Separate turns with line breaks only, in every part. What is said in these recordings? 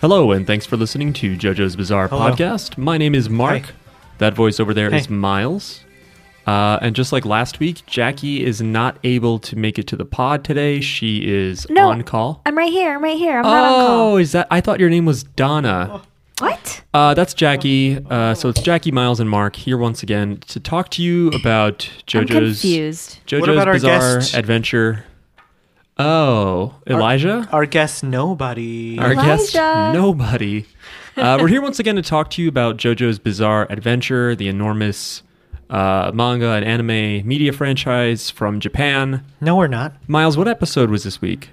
Hello, and thanks for listening to JoJo's Bizarre
Hello.
Podcast. My name is Mark.
Hi.
That voice over there is
Hey.
Miles. Uh, and just like last week, Jackie is not able to make it to the pod today. She is
No.
on call.
I'm right here. I'm right here. I'm not on
Oh,
call.
is that? I thought your name was
Oh.
Donna.
What?
Uh, that's Jackie. Uh, so it's Jackie, Miles, and Mark here once again to talk to you about
I'm
JoJo's
confused.
JoJo's
about our
Bizarre
guest?
Adventure. Oh, Elijah.
Our guest, nobody.
Our guest,
Elijah.
nobody. Uh, we're here once again to talk to you about JoJo's Bizarre Adventure, the enormous uh, manga and anime media franchise from Japan.
no, we're not.
Miles, what episode was this week?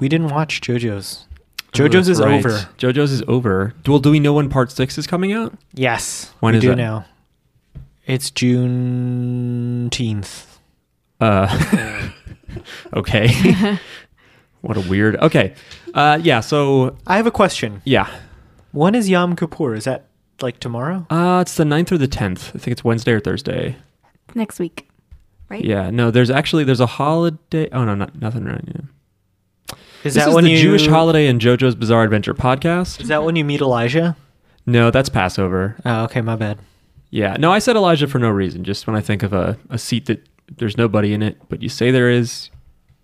We didn't watch JoJo's.
Oh,
JoJo's
that's
is
right.
over.
JoJo's is over. Well, do we know when part six is coming out?
Yes.
When
we
is
do
that?
now. It's Juneteenth.
Uh, okay. what a weird. Okay. Uh, yeah. So
I have a question.
yeah,
When is Yom Kippur? Is that like tomorrow?
uh, it's the 9th or the tenth. I think it's Wednesday or Thursday.
Next week. Right?
Yeah. No, there's actually there's a holiday. Oh no, not, nothing right. Yeah.
Is
this
that
is
when
the
you
Jewish holiday in JoJo's Bizarre Adventure podcast?
Is that when you meet Elijah?
No, that's Passover.
Oh, okay, my bad.
Yeah. No, I said Elijah for no reason. Just when I think of a, a seat that there's nobody in it, but you say there is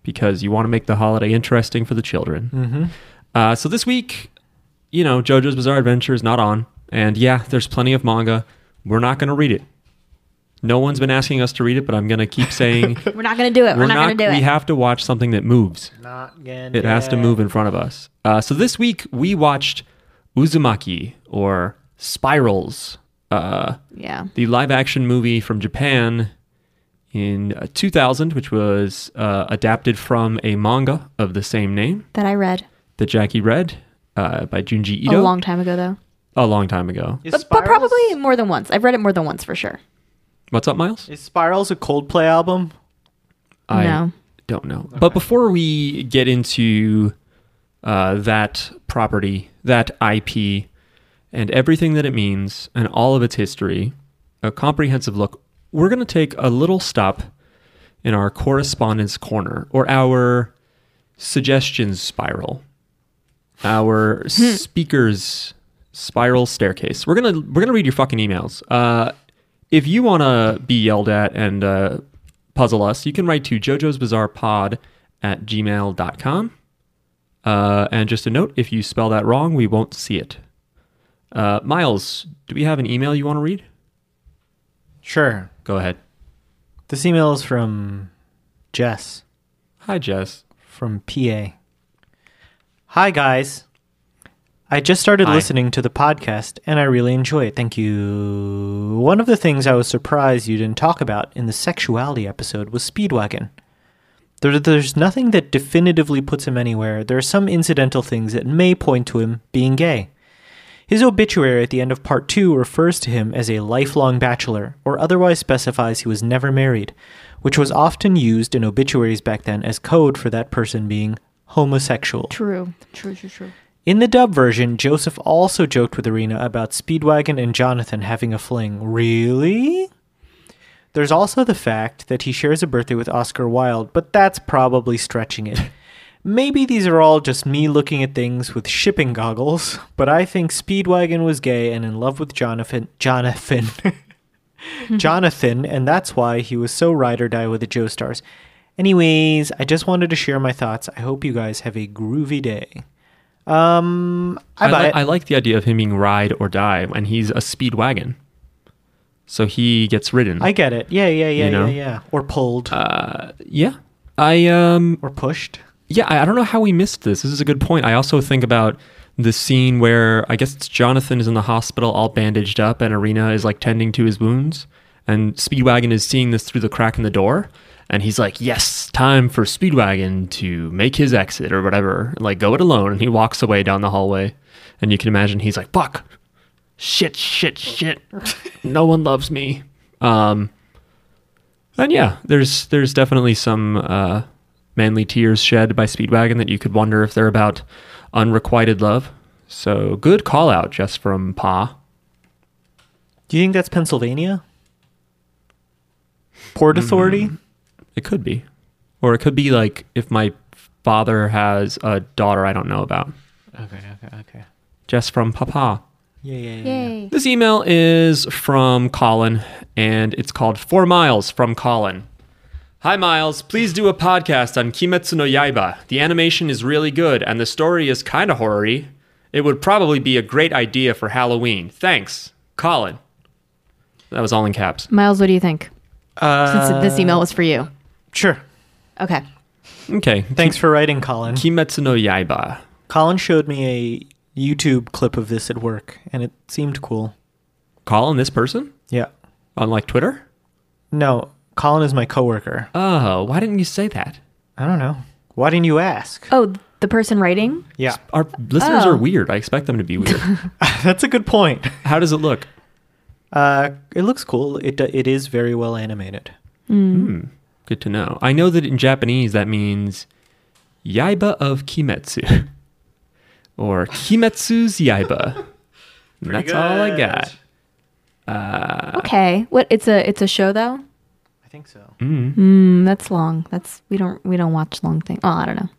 because you want to make the holiday interesting for the children.
Mm-hmm.
Uh, so this week, you know, JoJo's Bizarre Adventure is not on. And yeah, there's plenty of manga. We're not going to read it. No one's been asking us to read it, but I'm going to keep saying
We're not going to do it. We're, not, going to do
we
it.
have to watch something that moves.
Not again.
It has to move in front of us. Uh, so this week we watched Uzumaki or Spirals, uh,
yeah.
the live-action movie from Japan in uh, 2000, which was uh, adapted from a manga of the same name
That I read
that Jackie read uh, by Junji Ito
a long time ago, though.
a long time ago.
Is
But, but probably more than once. I've read it more than once for sure.
What's up, Miles?
Is Spirals a Coldplay album?
I-
no.
don't know. But before we get into uh, that property, that IP, and everything that it means and all of its history, a comprehensive look, we're going to take a little stop in our correspondence corner or our suggestions spiral, our speakers spiral staircase. We're gonna we're gonna read your fucking emails. Uh, if you wanna be yelled at and uh, puzzle us, you can write to Jojo's Bizarre Pod at gmail.com. Uh, and just a note, if you spell that wrong, we won't see it. Uh, Miles, do we have an email you want to read?
Sure.
Go ahead.
This email is from Jess.
Hi, Jess.
from PA. Hi, guys. I just started
Hi.
listening to the podcast and I really enjoy it. Thank you. One of the things I was surprised you didn't talk about in the sexuality episode was Speedwagon. There, there's nothing that definitively puts him anywhere. There are some incidental things that may point to him being gay. His obituary at the end of part two refers to him as a lifelong bachelor, or otherwise specifies he was never married, which was often used in obituaries back then as code for that person being homosexual.
True. True, true, true.
In the dub version, Joseph also joked with Arena about Speedwagon and Jonathan having a fling. Really? There's also the fact that he shares a birthday with Oscar Wilde, but that's probably stretching it. Maybe these are all just me looking at things with shipping goggles, but I think Speedwagon was gay and in love with Jonathan. Jonathan. Jonathan, and that's why he was so ride or die with the Joe Stars. Anyways, I just wanted to share my thoughts. I hope you guys have a groovy day. Um, I,
I,
buy
li-
it.
I like the idea of him being ride or die, and he's a speed wagon. So he gets ridden.
I get it. Yeah, yeah, yeah,
You know?
yeah, yeah. Or pulled
uh, yeah. I um
or pushed.
Yeah, I I don't know how we missed this. This is a good point. I also think about the scene where I guess it's Jonathan is in the hospital all bandaged up and Arena is like tending to his wounds and Speedwagon is seeing this through the crack in the door and he's like, "Yes, time for Speedwagon to make his exit or whatever. Like go it alone." And he walks away down the hallway and you can imagine he's like, "Fuck. Shit, shit, shit. no one loves me." Um and yeah, there's there's definitely some uh, manly tears shed by Speedwagon that you could wonder if they're about unrequited love. So good call out just from Pa.
Do you think that's Pennsylvania? Port Authority?
It could be, or it could be like if my father has a daughter I don't know about.
Okay, okay, okay.
Just from Papa.
Yeah, yeah, yeah. yeah.
Yay.
This email is from Colin, and it's called Four Miles from Colin. Hi, Miles. Please do a podcast on Kimetsu no Yaiba. The animation is really good, and the story is kind of horror It would probably be a great idea for Halloween. Thanks, Colin. That was all in caps.
Miles, what do you think?
Uh,
Since this email was for you.
sure.
Okay.
Okay.
Thanks for writing, Colin.
Kimetsu no Yaiba.
Colin showed me a YouTube clip of this at work, and it seemed cool.
Colin, this person?
Yeah.
On like Twitter?
No, Colin is my coworker.
Oh, why didn't you say that?
I don't know. Why didn't you ask?
Oh, the person writing?
Yeah,
Our listeners
Oh.
are weird. I expect them to be weird.
that's a good point.
How does it look?
Uh, it looks cool. It do- it is very well animated.
Good to know. I know that in Japanese that means Yaiba of Kimetsu or Kimetsu's Yaiba. And that's all I got.
okay. What it's a it's a show though?
I think so.
Mm, that's long. That's we don't we don't watch long things. Oh, I don't know.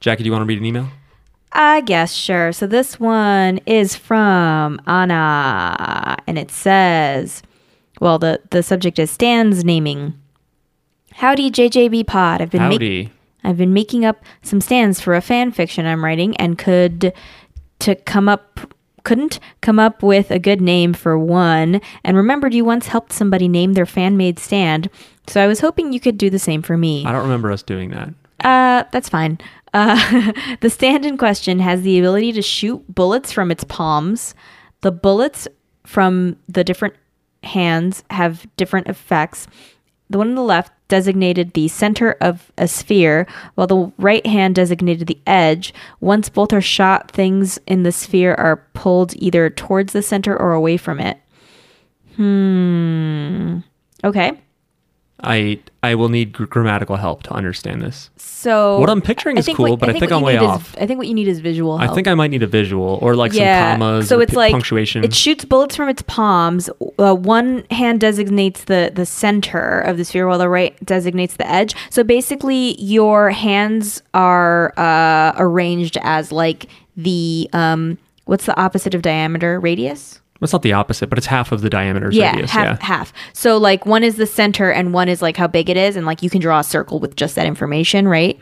Jackie, do you want to read an email?
I guess sure. So this one is from Anna, and it says, "Well, the the subject is Stan's naming." Howdy, JJB Pod. I've been making
Howdy.
I've been making up some stands for a fan fiction I'm writing, and could to come up couldn't come up with a good name for one. And remembered you once helped somebody name their fan made stand, so I was hoping you could do the same for me.
I don't remember us doing that.
Uh, that's fine. Uh, the stand in question has the ability to shoot bullets from its palms. The bullets from the different hands have different effects. The one on the left designated the center of a sphere, while the right hand designated the edge. Once both are shot, things in the sphere are pulled either towards the center or away from it. Hmm. Okay.
I I will need gr- grammatical help to understand this.
So
What I'm picturing is cool, but I think
what
I'm
you
way
need is-
off.
I think what you need is visual.
I
help.
think I might need a visual or like some commas
So
or
it's
pu-
like
punctuation.
It shoots bullets from its palms. Uh, one hand designates the the center of the sphere, while the right designates the edge. So basically, your hands are uh, arranged as like the um, what's the opposite of diameter? Radius.
it's not the opposite, but it's half of the diameter's
Yeah,
radius.
half
yeah.
half. So like one is the center, and one is like how big it is, and like you can draw a circle with just that information, right?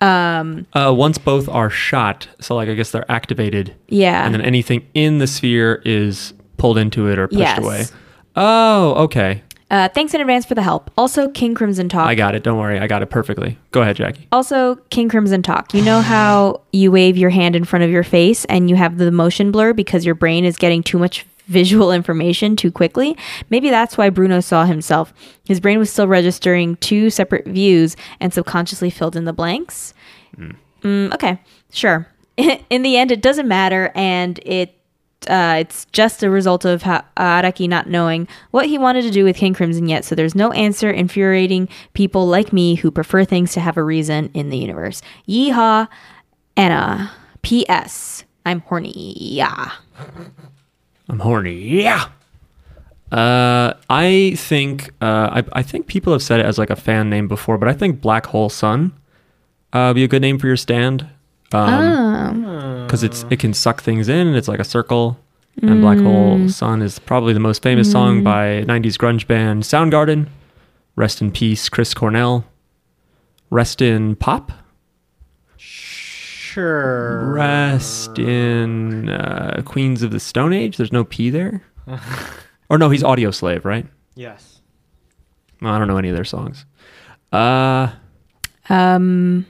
Uh, once both are shot, so like I guess they're activated.
Yeah.
And then anything in the sphere is pulled into it or pushed
Yes.
away. Oh, okay.
Uh, thanks in advance for the help. Also, King Crimson Talk.
I got it. Don't worry. I got it perfectly. Go ahead, Jackie.
Also, King Crimson Talk. You know how you wave your hand in front of your face and you have the motion blur because your brain is getting too much visual information too quickly? Maybe that's why Bruno saw himself. His brain was still registering two separate views and subconsciously filled in the blanks. Mm, okay, sure. in the end, it doesn't matter, and it uh, it's just a result of ha- Araki not knowing what he wanted to do with King Crimson yet, so there's no answer infuriating people like me who prefer things to have a reason in the universe. Yeehaw, Anna. P.S. I'm horny. Yeah.
I'm horny. Yeah. Uh, I think uh, I, I think people have said it as like a fan name before, but I think Black Hole Sun uh, would be a good name for your stand. Um 'cause because it's it can suck things in and it's like a circle. And Black Hole Sun is probably the most famous song by '90s grunge band Soundgarden. Rest in peace, Chris Cornell. Rest in pop.
Sure.
Rest in uh, Queens of the Stone Age. There's no P there. or no, he's Audio Slave, right?
Yes.
Well, I don't know any of their songs. Uh,
Um,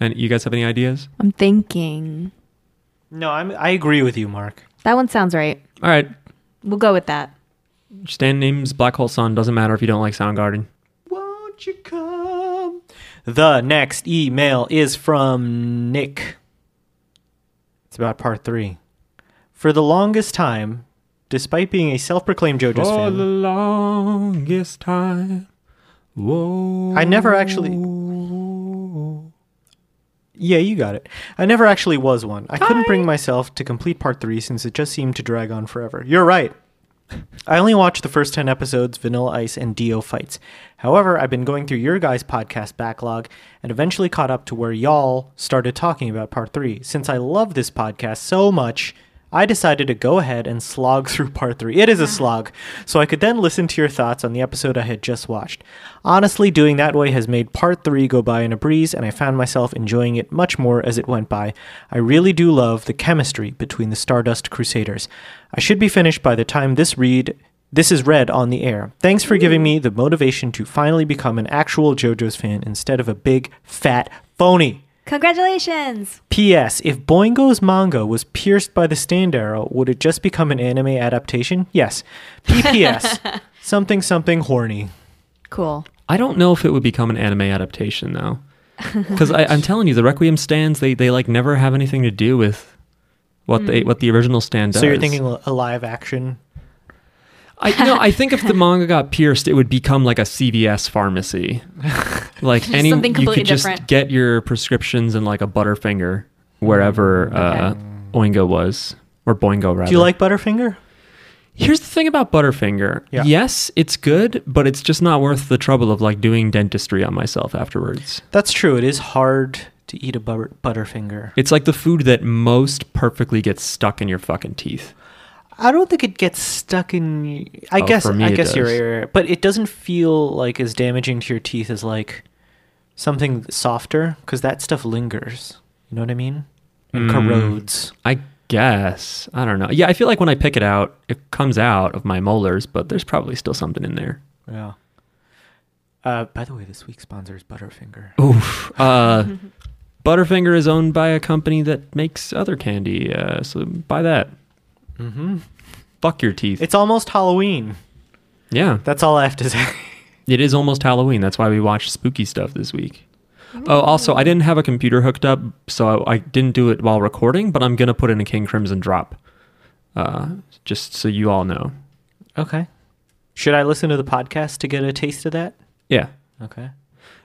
and you guys have any ideas?
I'm thinking.
No, I'm. I agree with you, Mark.
That one sounds right.
All right,
We'll go with that.
stand names Black Hole Sun. Doesn't matter if you don't like Soundgarden.
Won't you come? The next email is from Nick. It's about part three. For the longest time, despite being a self-proclaimed JoJo's
Oh,
fan,
longest time. Whoa.
I never actually. Yeah, you got it. I never actually was one. I couldn't bring myself to complete part three since it just seemed to drag on forever. You're right. I only watched the first 10 episodes, Vanilla Ice and Dio Fights. However, I've been going through your guys' podcast backlog and eventually caught up to where y'all started talking about part three. Since I love this podcast so much, I decided to go ahead and slog through part three. It is a slog, so I could then listen to your thoughts on the episode I had just watched. Honestly, doing that way has made part three go by in a breeze, and I found myself enjoying it much more as it went by. I really do love the chemistry between the Stardust Crusaders. I should be finished by the time this read this is read on the air. Thanks for giving me the motivation to finally become an actual JoJo's fan instead of a big fat phony.
Congratulations.
P.S. If Boingo's manga was pierced by the stand arrow, would it just become an anime adaptation? Yes. P.P.S. something something horny.
Cool.
I don't know if it would become an anime adaptation though, because I'm telling you, the Requiem stands they they like never have anything to do with what they what the original stand does.
So you're thinking li- a live action?
I, no, I think if the manga got pierced, it would become like a CVS pharmacy. Like any,
something
you
completely
could just
different.
get your prescriptions in like a Butterfinger, wherever uh, Oingo was or Boingo rather.
Mm, Do you like Butterfinger?
Here's the thing about Butterfinger.
Yeah.
Yes, it's good, but it's just not worth the trouble of like doing dentistry on myself afterwards.
That's true. It is hard to eat a butter- Butterfinger.
It's like the food that most perfectly gets stuck in your fucking teeth.
I don't think it gets stuck in. I
Oh,
guess.
for me
I
it
guess you're
does.
right, you're right. But it doesn't feel like as damaging to your teeth as like something softer because that stuff lingers. You know what I mean? And
Mm.
corrodes.
I guess. I don't know. Yeah, I feel like when I pick it out, it comes out of my molars, but there's probably still something in there.
Yeah. Uh, by the way, this week's sponsor is Butterfinger.
Oof. Uh, Butterfinger is owned by a company that makes other candy, uh, so buy that.
Mm-hmm.
Fuck your teeth.
It's almost Halloween.
yeah,
That's all I have to say.
it is almost Halloween. That's why we watched spooky stuff this week. Oh, also, I didn't have a computer hooked up, so I, I didn't do it while recording, but I'm going to put in a King Crimson drop, uh, just so you all know.
okay. Should I listen to the podcast to get a taste of that?
Yeah.
Okay.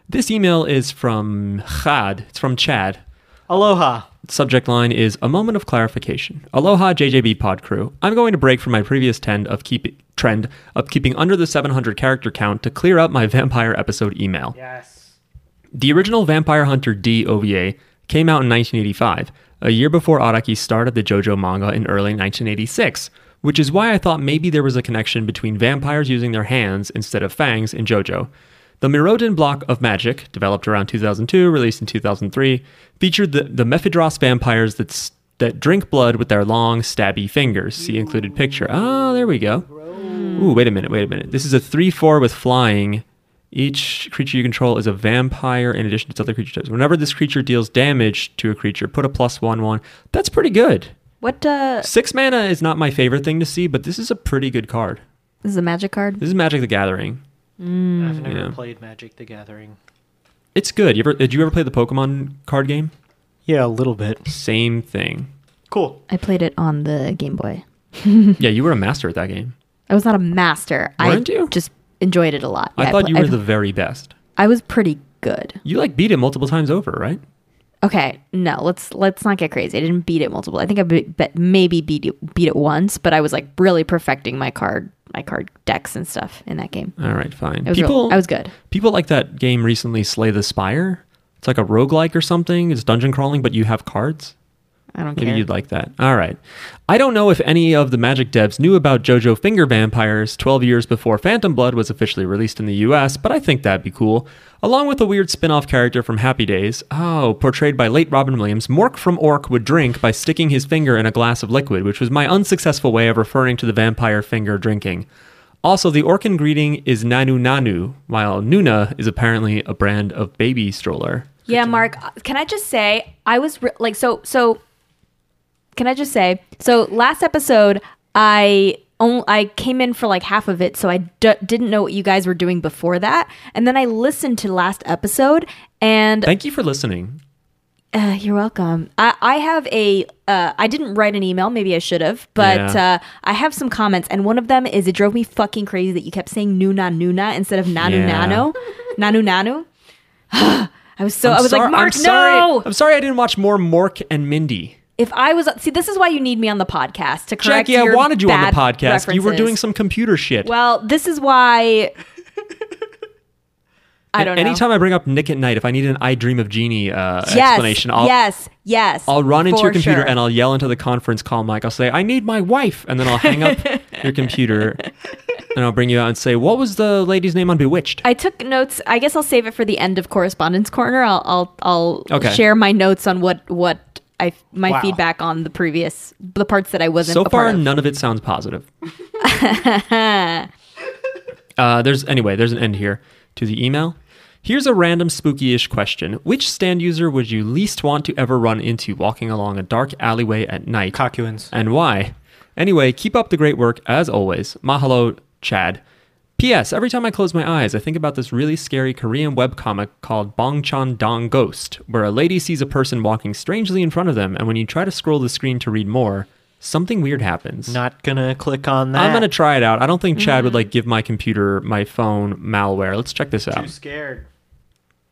This email is from Chad. It's from Chad.
Aloha.
Subject line is a moment of clarification. Aloha JJB pod crew. I'm going to break from my previous trend of keep trend of keeping under the 700 character count to clear up my vampire episode email.
Yes.
The original Vampire Hunter D OVA came out in 1985, a year before Araki started the JoJo manga in early 1986, which is why I thought maybe there was a connection between vampires using their hands instead of fangs in JoJo. The Mirodin block of magic, developed around 2002, released in 2003, featured the, the Mephidros vampires that, s- that drink blood with their long, stabby fingers. See included picture. Ah, there we go. Ooh, wait a minute, wait a minute. This is a 3 4 with flying. Each creature you control is a vampire in addition to its other creature types. Whenever this creature deals damage to a creature, put a plus one one. That's pretty good.
What uh,
Six mana is not my favorite thing to see, but this is a pretty good card.
this is a magic card?
This is Magic the Gathering.
I've never
Yeah.
played Magic the Gathering.
It's good. You ever, did you ever play the Pokemon card game?
Yeah, a little bit.
Same thing.
Cool.
I played it on the Game Boy. Mm-hmm.
Yeah, you were a master at that game.
I was not a master.
Weren't
I
you?
just enjoyed it a lot.
I
Yeah,
thought
pla-
you were
I,
the very best.
I was pretty good.
You like beat it multiple times over, right?
Okay, no, let's let's not get crazy. I didn't beat it multiple. I think I be, bet maybe beat it, beat it once, but I was like really perfecting my card my card decks and stuff in that game.
All right, fine.
It was
People,
real, I was good.
People like that game recently, Slay the Spire. It's like a roguelike or something. It's dungeon crawling, but you have cards.
I don't
Maybe
care.
you'd like that. All right. I don't know if any of the Magic devs knew about JoJo Finger Vampires 12 years before Phantom Blood was officially released in the US, but I think that'd be cool. Along with a weird spin off character from Happy Days, oh, portrayed by late Robin Williams, Mork from Ork would drink by sticking his finger in a glass of liquid, which was my unsuccessful way of referring to the vampire finger drinking. Also, the Orkin greeting is Nanu Nanu, while Nuna is apparently a brand of baby stroller.
Yeah, Mark, uh, can I just say I was re- like so so can I just say so last episode I on, I came in for like half of it so I d- didn't know what you guys were doing before that and then I listened to last episode and
Thank you for listening.
uh, you're welcome. I, I have a, uh, I didn't write an email. Maybe I should have, but
Yeah.
uh, I have some comments, and one of them is it drove me fucking crazy that you kept saying Nuna Nuna instead of Nanu
Yeah.
Nano, Nanu Nanu. I was so i
I'm
was
sor-
like, Mark,
I'm
no.
Sorry, I'm sorry I didn't watch more Mork and Mindy.
If I was see, this is why you need me on the podcast to correct.
Jackie, I
your
wanted you on the
bad
podcast. You were
references.
doing some computer shit.
Well, this is why I don't know.
Anytime I bring up Nick at Night, if I need an I Dream of Genie uh,
yes,
explanation, I'll,
yes, yes.
I'll run into
for
your computer
sure.
and I'll yell into the conference call mic. I'll say, I need my wife. And then I'll hang up your computer and I'll bring you out and say, What was the lady's name on Bewitched?
I took notes. I guess I'll save it for the end of correspondence corner. I'll I'll I'll
Okay.
share my notes on what what I my
Wow.
feedback on the previous the parts that I wasn't
so
a
far,
part of.
none of it sounds positive. uh, there's anyway, there's an end here to the email. Here's a random spooky-ish question: Which stand user would you least want to ever run into walking along a dark alleyway at night,
Cocuins.
and why? Anyway, keep up the great work as always. Mahalo, Chad. P.S. Every time I close my eyes, I think about this really scary Korean webcomic called Bongchan Dong Ghost, where a lady sees a person walking strangely in front of them, and when you try to scroll the screen to read more, something weird happens.
Not gonna click on that.
I'm gonna try it out. I don't think Chad would like give my computer, my phone, malware. Let's check this out.
scared.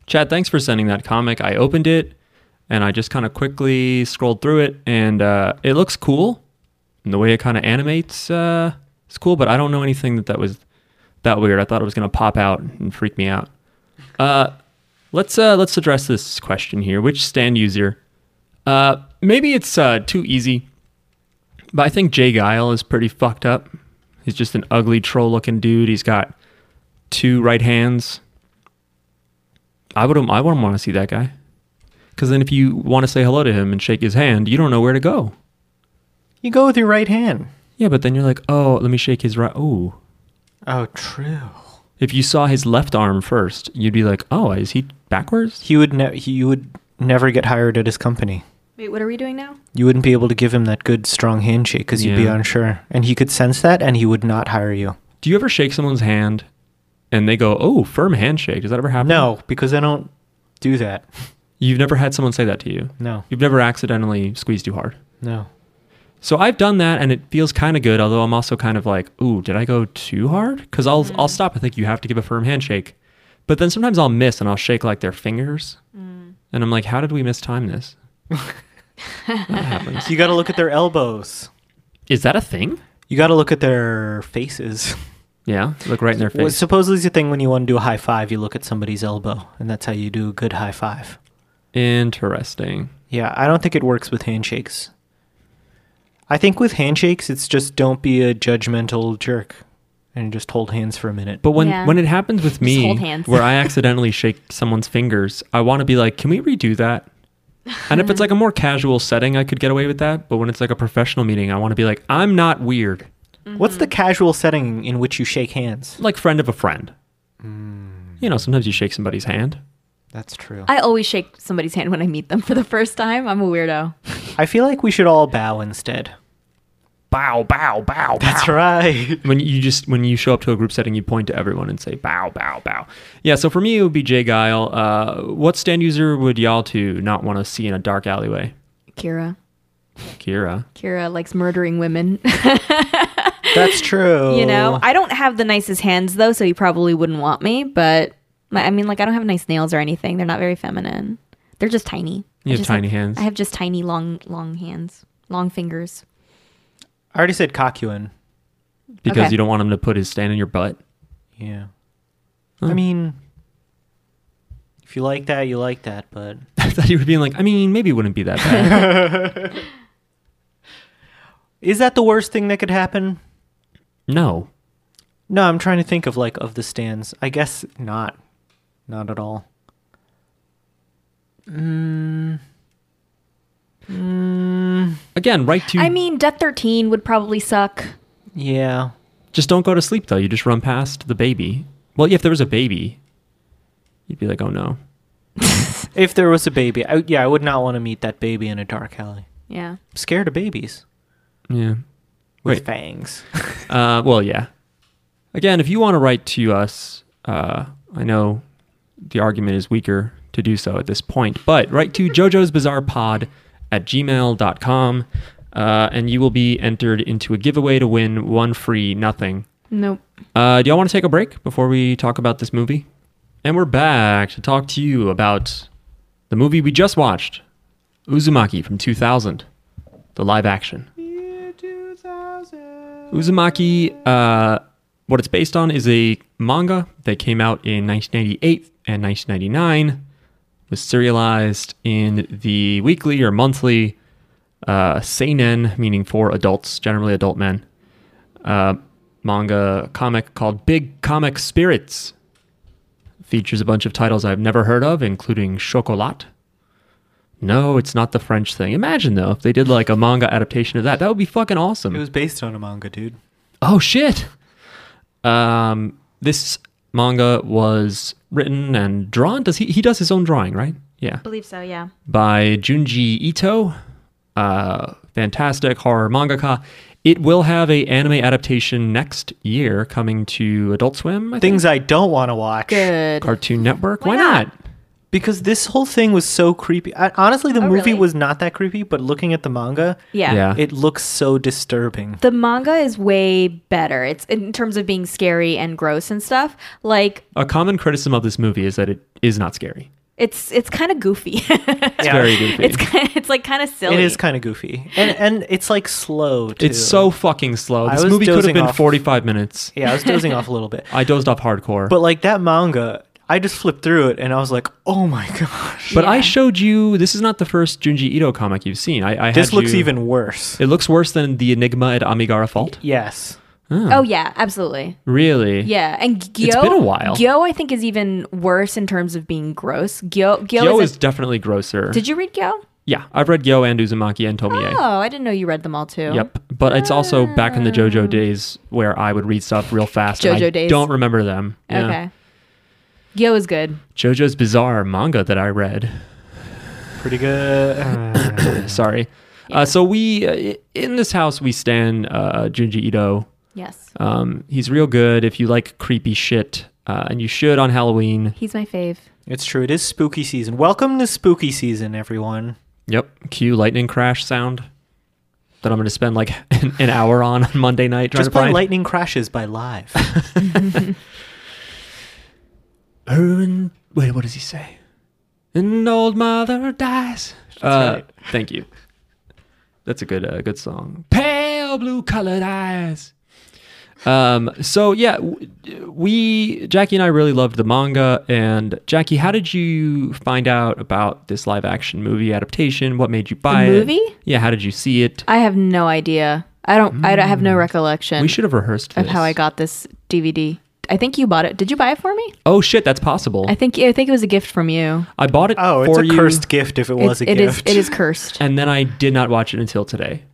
Chad, thanks for sending that comic. I opened it and I just kind of quickly scrolled through it, and uh, it looks cool. And the way it kind of animates uh, is cool, but I don't know anything that that was that weird. I thought it was gonna pop out and freak me out. Uh, let's uh, let's address this question here. Which stand user? Uh, maybe it's uh, too easy, but I think Jay Guile is pretty fucked up. He's just an ugly troll-looking dude. He's got two right hands. I would I wouldn't want to see that guy. Cuz then if you want to say hello to him and shake his hand, you don't know where to go.
You go with your right hand.
Yeah, but then you're like, "Oh, let me shake his right Oh.
Oh, true.
If you saw his left arm first, you'd be like, "Oh, is he backwards?"
He would. Ne- he would never get hired at his company.
Wait, what are we doing now?
You wouldn't be able to give him that good, strong handshake because you'd be
Yeah.
unsure, and he could sense that, and he would not hire you.
Do you ever shake someone's hand and they go, "Oh, firm handshake." Does that ever happen?
No, because I don't do that.
You've never had someone say that to you.
No,
You've never accidentally squeezed too hard.
no.
So I've done that and it feels kind of good, although I'm also kind of like, ooh, did I go too hard? Because I'll
Mm.
I'll stop and think you have to give a firm handshake, but then sometimes I'll miss and I'll shake like their fingers,
Mm.
and I'm like, how did we mistime this? that happens.
You got to look at their elbows.
Is that a thing?
You got to look at their faces.
Yeah, look right in their
Well,
face.
supposedly, it's a thing when you want to do a high five, you look at somebody's elbow, and that's how you do a good high five.
Interesting.
Yeah, I don't think it works with handshakes. I think with handshakes, it's just don't be a judgmental jerk and just hold hands for a minute.
But when
Yeah.
when it happens with
hold
me,
hands.
where I accidentally shake someone's fingers, I want to be like, can we redo that? And if it's like a more casual setting, I could get away with that. But when it's like a professional meeting, I want to be like, I'm not weird.
Mm-hmm.
What's the casual setting in which you shake hands?
like friend of a friend. You know, sometimes you shake somebody's hand.
That's true. I,
I always shake somebody's hand when I meet them for the first time. I'm a weirdo.
feel like we should all bow instead.
Bow, bow, bow.
That's right.
When you just when you show up to a group setting, you point to everyone and say bow, bow, bow. Yeah. So for me, it would be Jay Guile. Uh, what stand user would y'all to not want to see in a dark alleyway?
Kira.
Kira.
Kira likes murdering women.
That's true.
you
Oh.
know, I don't have the nicest hands though, so he probably wouldn't want me. But my, I mean, like, I don't have nice nails or anything. They're not very feminine. They're just tiny. I
You have
just
tiny hands.
I have just tiny, long, long hands, long fingers.
I already said cocuin.
because
okay.
you don't want him to put his stand in your butt.
Yeah. I mean, if you like that, you like that, but
I thought you were being like, I mean, maybe it wouldn't be that bad.
is that the worst thing that could happen?
no.
No, I'm trying to think of like of the stands. I guess not. Not at all. Mm. Mm.
Again, right to.
I mean, Death Thirteen would probably suck.
Yeah.
Just don't go to sleep though. You just run past the baby. Well, yeah, if there was a baby, you'd be like, oh no.
If there was a baby, I, yeah, I would not want to meet that baby in a dark alley.
Yeah.
I'm scared of babies
Yeah.
with
Wait.
fangs.
Uh, well, yeah. Again, if you want to write to us, uh, I know the argument is weaker to do so at this point, but write to Jojo's Bizarre Pod at gmail.com, uh, and you will be entered into a giveaway to win one free nothing.
Nope.
Uh, do y'all want to take a break before we talk about this movie? And we're back to talk to you about the movie we just watched, Uzumaki from 2000, the live action. Uzumaki uh, What it's based on is a manga that came out in 1998 and 1999, was serialized in the weekly or monthly uh, seinen, meaning for adults, generally adult men, uh, manga comic called Big Comic Spirits. Features a bunch of titles I've never heard of, including Chocolat. No, it's not the French thing. Imagine though, if they did like a manga adaptation of that, that would be fucking awesome.
It was based on a manga, dude.
Oh shit. Um, this manga was written and drawn. Does he he does his own drawing, right? Yeah.
believe so, yeah.
By Junji Ito, uh, fantastic horror mangaka. It will have a anime adaptation next year coming to Adult Swim, I think.
Things I don't want to watch.
Good.
Cartoon Network. Why,
Why
not?
not?
Because this whole thing was so creepy. I, honestly, the
Oh,
movie
really?
was not that creepy, but looking at the manga,
Yeah.
Yeah.
it looks so disturbing.
The manga is way better. It's in terms of being scary and gross and stuff. Like
A common criticism of this movie is that it is not scary.
it's it's kind of goofy.
It's very goofy.
it's kind it's like kind of silly.
It is kind of goofy, and and it's like slow. Too.
It's so fucking slow.
I
This
was
movie could have
dozing
been
off.
45 minutes.
yeah. I was dozing off a little bit,
I dozed off hardcore.
but like that manga, I just flipped through it and I was like, oh my gosh,
But I
Yeah.
showed you this is not the first Junji Ito comic you've seen. I, I
this
had
looks
you-
even worse.
It looks worse than the Enigma at Amigara Fault.
yes,
oh yeah, absolutely.
Really?
Yeah, and Gyo.
It's been a while.
Gyo, I think, is even worse in terms of being gross. Gyo, Gyo,
Gyo
is.
is definitely grosser.
a, did you read Gyo?
yeah, I've read Gyo and Uzumaki and Tomie.
Oh, I didn't know you read them all too.
Yep. But it's also back in the JoJo days where I would read stuff real fast. and I
Ah. JoJo days.
Don't remember them. Yeah.
Okay. Gyo is good.
JoJo's bizarre manga that I read.
pretty good. Uh,
Sorry. Uh, so we uh, i- in this house we stand uh, Junji Ito.
Yes,
Um, he's real good. If you like creepy shit, uh, and you should on Halloween.
he's my fave.
it's true. It is spooky season. Welcome to spooky season, everyone.
Yep. Cue lightning crash sound that I'm going to spend like an, an hour on on Monday night trying
Just
to
play
find.
Lightning Crashes by Live.
Erwin, wait, what does he say? An old mother dies. uh,
right.
Thank you. That's a good, uh, good song. Pale blue colored eyes. Um. So yeah, w- we Jackie and I really loved the manga. And Jackie, how did you find out about this live action movie adaptation? What made you buy
movie?
it? Yeah. How did you see it?
I have no idea. I don't. I don't- I have no recollection
Hmm. we should have rehearsed
Um, of
this.
how I got this DVD. I think you bought it. Did you buy it for me?
Oh shit, that's possible. I,
I think. I think it was a gift from you.
bought it.
Oh, it's
for
a
you,
cursed gift if it was
It's-
a
it is.
gift.
It is cursed.
And then I did not watch it until today.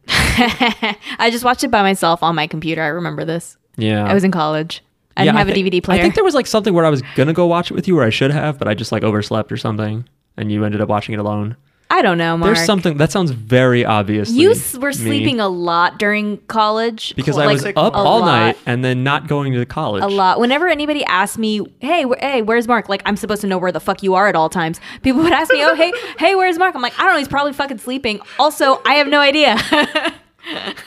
I just watched it by myself on my computer. I remember this.
Yeah.
I was in college. I
Yeah,
didn't have
thi-
a DVD player.
I think there was like something where I was gonna go watch it with you, or I should have, but I just like overslept or something, and you ended up watching it alone.
I don't know, Mark.
There's something that sounds very obvious.
You s- were sleeping a lot during college
because
cl-
I
like,
was
like,
up
a
all
lot,
night and then not going to college.
A lot. Whenever anybody asked me, "Hey, wh- hey, where's Mark?" Like I'm supposed to know where the fuck you are at all times. People would ask me, "Oh, hey, hey, where's Mark?" I'm like, I don't know. He's probably fucking sleeping. Also, I have no idea.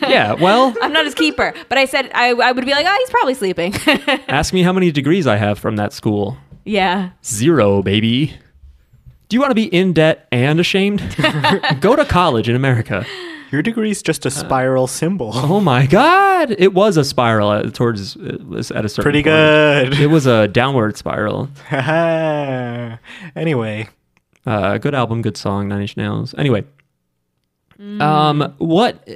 Yeah. Well,
I'm not his keeper. But I said I, I would be like, "Oh, he's probably sleeping."
ask me how many degrees I have from that school.
yeah.
Zero, baby. Do you want to be in debt and ashamed? go to college in America.
Your degree's just
Uh,
a spiral symbol.
Oh my God! It was a spiral at, towards it was at a certain.
Pretty
point. It
good.
was a downward spiral.
anyway,
Uh, good album, good song, Nine Inch Nails. Anyway,
Mm.
um, what?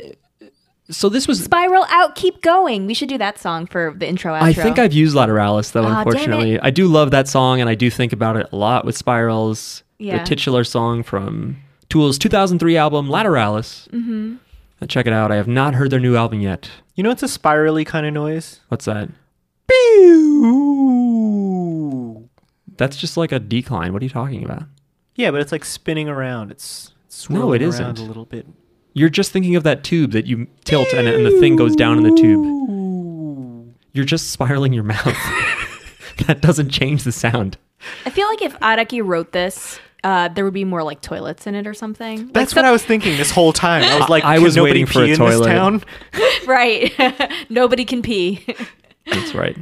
So this was.
Spiral out, keep going. We should do that song for the intro. Outro. Ah,
I think I've used Lateralis though.
damn it.
unfortunately, I do love that song, and I do think about it a lot with Spirals,
Yeah.
the titular song from Tool's 2003 album Lateralis. Mm-hmm. Check it out. I have not heard their new album yet.
you know it's a spirally kind of noise.
What's that?
Pew!
That's just like a decline. What are you talking about?
Yeah, but it's like spinning around. It's it's swirling
No, it
around
isn't.
a little bit.
You're just thinking of that tube that you tilt and, and the thing goes down in the tube.
Ooh.
You're just spiraling your mouth. that doesn't change the sound.
I feel like if Araki wrote this, uh, there would be more like toilets in it or something.
That's what I was thinking this whole time. I was like,
I
"Can
was
nobody
waiting for
pee
a
in this
toilet."
town?
right. Nobody can pee.
That's right.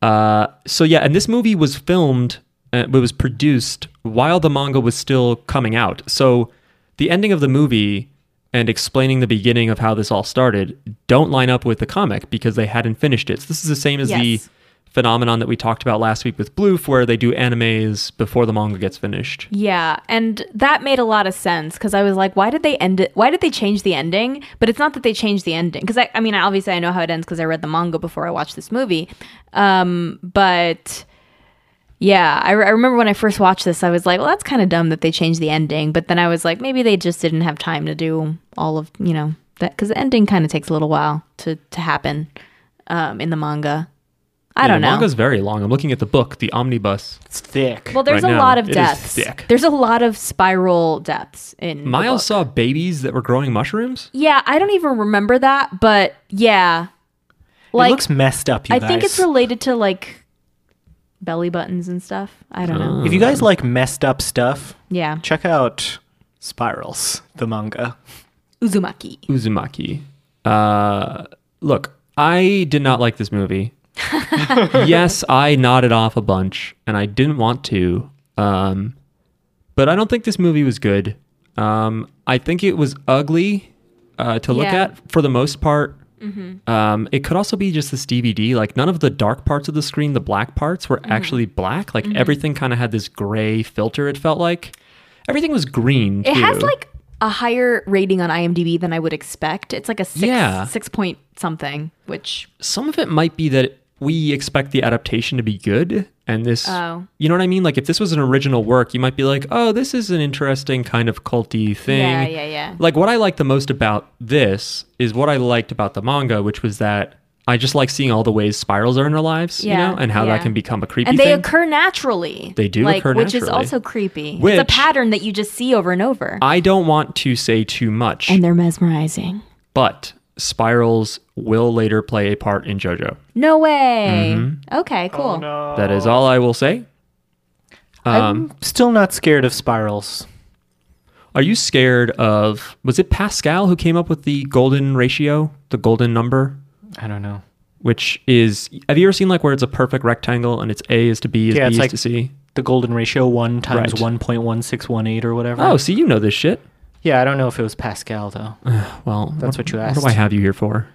Uh, so yeah, and this movie was filmed, uh, it was produced while the manga was still coming out. So the ending of the movie and explaining the beginning of how this all started don't line up with the comic because they hadn't finished it. So this is the same as the
Yes.
phenomenon that we talked about last week with Bloof, where they do animes before the manga gets finished.
Yeah, and that made a lot of sense because I was like, why did they end it? Why did they change the ending? But it's not that they changed the ending because I, I mean, obviously I know how it ends because I read the manga before I watched this movie. Um, but yeah, I, re- I remember when I first watched this, I was like, well, that's kind of dumb that they changed the ending. But then I was like, maybe they just didn't have time to do all of you know that because the ending kind of takes a little while to to happen um, in the manga. I
Yeah,
don't
the
know.
Manga's very long. I'm looking at the book, the omnibus.
It's thick.
Well, there's
right
a
now.
lot of
It is
deaths.
thick.
There's a lot of spiral deaths in the
Miles
book.
saw babies that were growing mushrooms.
Yeah, I don't even remember that, but yeah,
it
like
looks messed up, you
I
guys.
think it's related to like belly buttons and stuff. I don't
Ah.
know.
if you guys like messed up stuff,
Yeah,
check out Spirals, the manga.
Uzumaki.
Uzumaki. Uh, look, I did not like this movie. yes, I nodded off a bunch, and I didn't want to. Um, but I don't think this movie was good. Um, I think it was ugly uh, to look
Yeah. Mm-hmm.
at for the most part. Um, it could also be just this DVD. Like none of the dark parts of the screen, the black parts,
Mm-hmm.
were actually black. Like everything kind of had this gray filter. It felt like everything was green.
It has
too.
like a higher rating on IMDb than I would expect. It's like a six
Yeah.
six point something, which
some of it might be that we expect the adaptation to be good and this
Oh.
you know what i mean like if this was an original work you might be like oh this is an interesting kind of culty thing
Yeah, yeah, yeah.
like what i liked the most about this is what i liked about the manga which was that i just like seeing all the ways spirals are in our lives
Yeah,
you know and how
yeah.
that can become a creepy
and they
thing
occur naturally.
They do
like,
occur
which is
naturally.
also creepy. it's a
Which-
pattern that you just see over and over,
i don't want to say too much
and they're mesmerizing.
but spirals will later play a part in jojo
No way.
Mm-hmm.
Okay,
Oh,
cool.
that is all i will say
I'm still not scared of spirals.
Are you scared of was it Pascal who came up with the golden ratio, the golden number,
I don't know.
which is have you ever seen like where it's a perfect rectangle and it's A is to B is
Yeah,
B
it's
is
like-
to C?
The golden ratio one times
Right.
one point one six one eight or whatever.
Oh, see you know this shit.
yeah. I don't know if it was Pascal though.
Well,
That's what you
What
asked.
do I have you here for?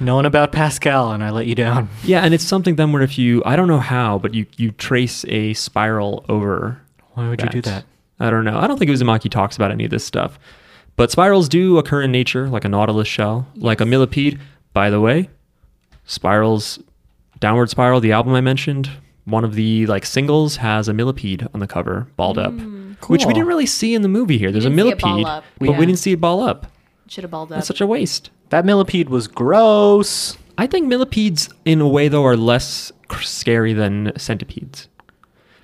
Knowing about Pascal, and I let you down.
Yeah, and it's something then where if you I don't know how, but you you trace a spiral over.
Why would you do that?
I don't know. I don't think Uzumaki talks about any of this stuff. But spirals do occur in nature, like a nautilus shell, like a millipede. By the way, spirals, downward spiral, the album I mentioned, one of the like singles has a millipede on the cover, balled up, which we
cool.
didn't really see in the movie here. There's a
Mm. didn't see it
millipede,
ball up,
but
yeah.
we didn't see it ball up.
Should have balled up.
That's such a waste.
That millipede was gross.
I think millipedes, in a way, though, are less cr- scary than centipedes.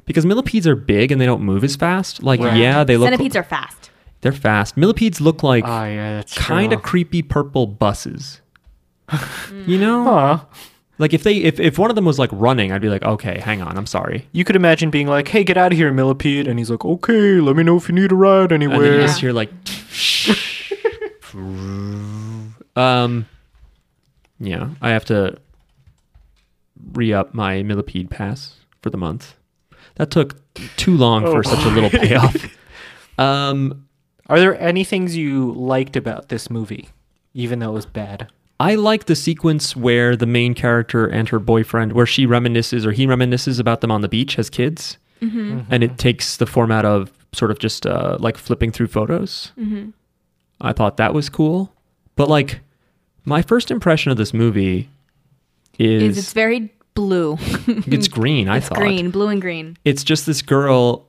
Because millipedes are big and they don't move as fast. Like,
Right.
yeah, they look
centipedes are fast.
they're fast. Millipedes look like
Ah, yeah, that's
kind of
true.
creepy purple buses. you
Hmm.
know,
Huh.
like if they if, if one of them was like running, I'd be like, okay, hang on, I'm sorry.
You could imagine being like, "Hey, get out of here, millipede," and he's like, "Okay, let me know if you need a ride
And then
anywhere."
you just hear like, um, yeah, I have to re up my millipede pass for the month. That took too long for such a little payoff. um,
Are there any things you liked about this movie, even though it was bad?
I like the sequence where the main character and her boyfriend, where she reminisces or he reminisces about them on the beach as kids,
Mm-hmm.
and it takes the format of sort of just uh, like flipping through photos.
Mm-hmm.
I thought that was cool, but like my first impression of this movie is,
Is it's very blue.
it's, green. I thought
green, blue and green.
it's just this girl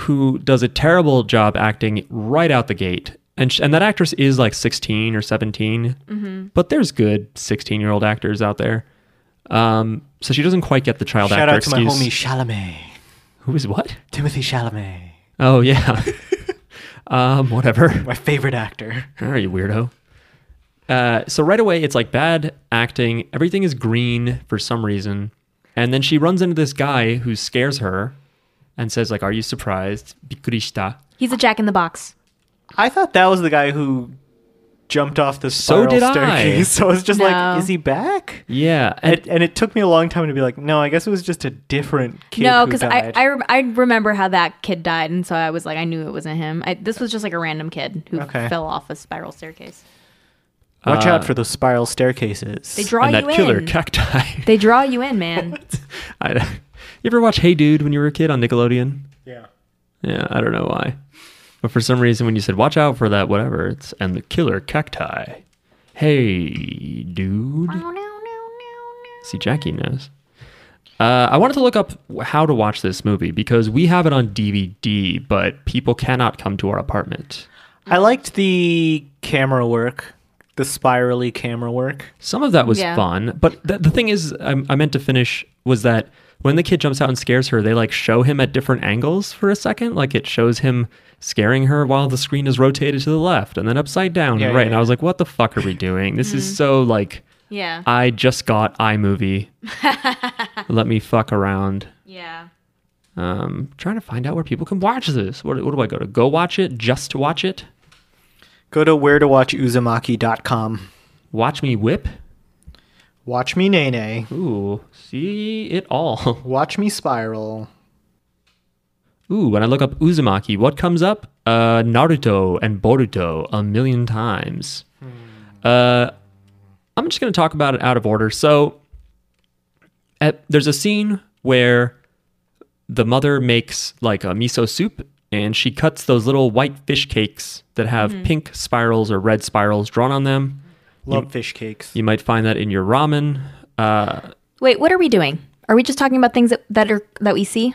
who does a terrible job acting right out the gate. And, sh- and that actress is like 16 or 17, but there's good 16 year old actors out there. Um, so she doesn't quite get the child
Shout
actor
out to my homie
excuse.
Chalamet,
Who is what?
Timothy Chalamet,
Oh, yeah. um, whatever.
my favorite actor.
All right, you weirdo. Uh, so right away, it's like bad acting. Everything is green for some reason, and then she runs into this guy who scares her, and says like, "Are you surprised?" Bikurishita.
He's a jack in the box.
I thought that was the guy who jumped off the
So
spiral
did I.
staircase. So I was just
No.
like, is he back?
Yeah, and
And it, and it took me a long time to be like, no, I guess it was just a different kid.
no,
who
because I,
died."
I, rem- I remember how that kid died, and so I was like, I knew it wasn't him. I, this was just like a random kid who
Okay.
fell off a spiral staircase.
watch
uh,
out for those spiral staircases.
They draw
and
you
that killer
in.
cacti.
they draw you in, man.
I, you ever watch Hey Dude when you were a kid on Nickelodeon?
yeah.
Yeah, I don't know why. But for some reason, when you said "watch out for that," whatever, it's and the killer cacti. Hey,
Oh,
dude. See, Jackie knows. Uh, I wanted to look up w- how to watch this movie because we have it on DVD, but people cannot come to our apartment.
I liked the camera work, the spirally camera work.
Some of that was
Yeah.
fun, but th- the thing is, I-, I meant to finish was that when the kid jumps out and scares her, they like show him at different angles for a second. Like it shows him scaring her while the screen is rotated to the left and then upside down
Yeah,
and
yeah,
right. And
yeah.
I was like, what the fuck are we doing? This is so like,
yeah.
I just got iMovie. Let me fuck around.
yeah.
Um, trying to find out where people can watch this. What, what do I go to? Go watch it? Just to watch it?
Go to where to watch uzumaki.com.
Watch me whip?
Watch me Nene.
Ooh, see it all.
Watch me spiral.
Ooh, when I look up Uzumaki, what comes up? Uh, Naruto and Boruto a million times. Uh, I'm just going to talk about it out of order. So, at, there's a scene where the mother makes like a miso soup and she cuts those little white fish cakes that have pink spirals or red spirals drawn on them.
Love fish cakes.
You might find that in your ramen. Uh,
Wait, what are we doing? Are we just talking about things that, that are that we see?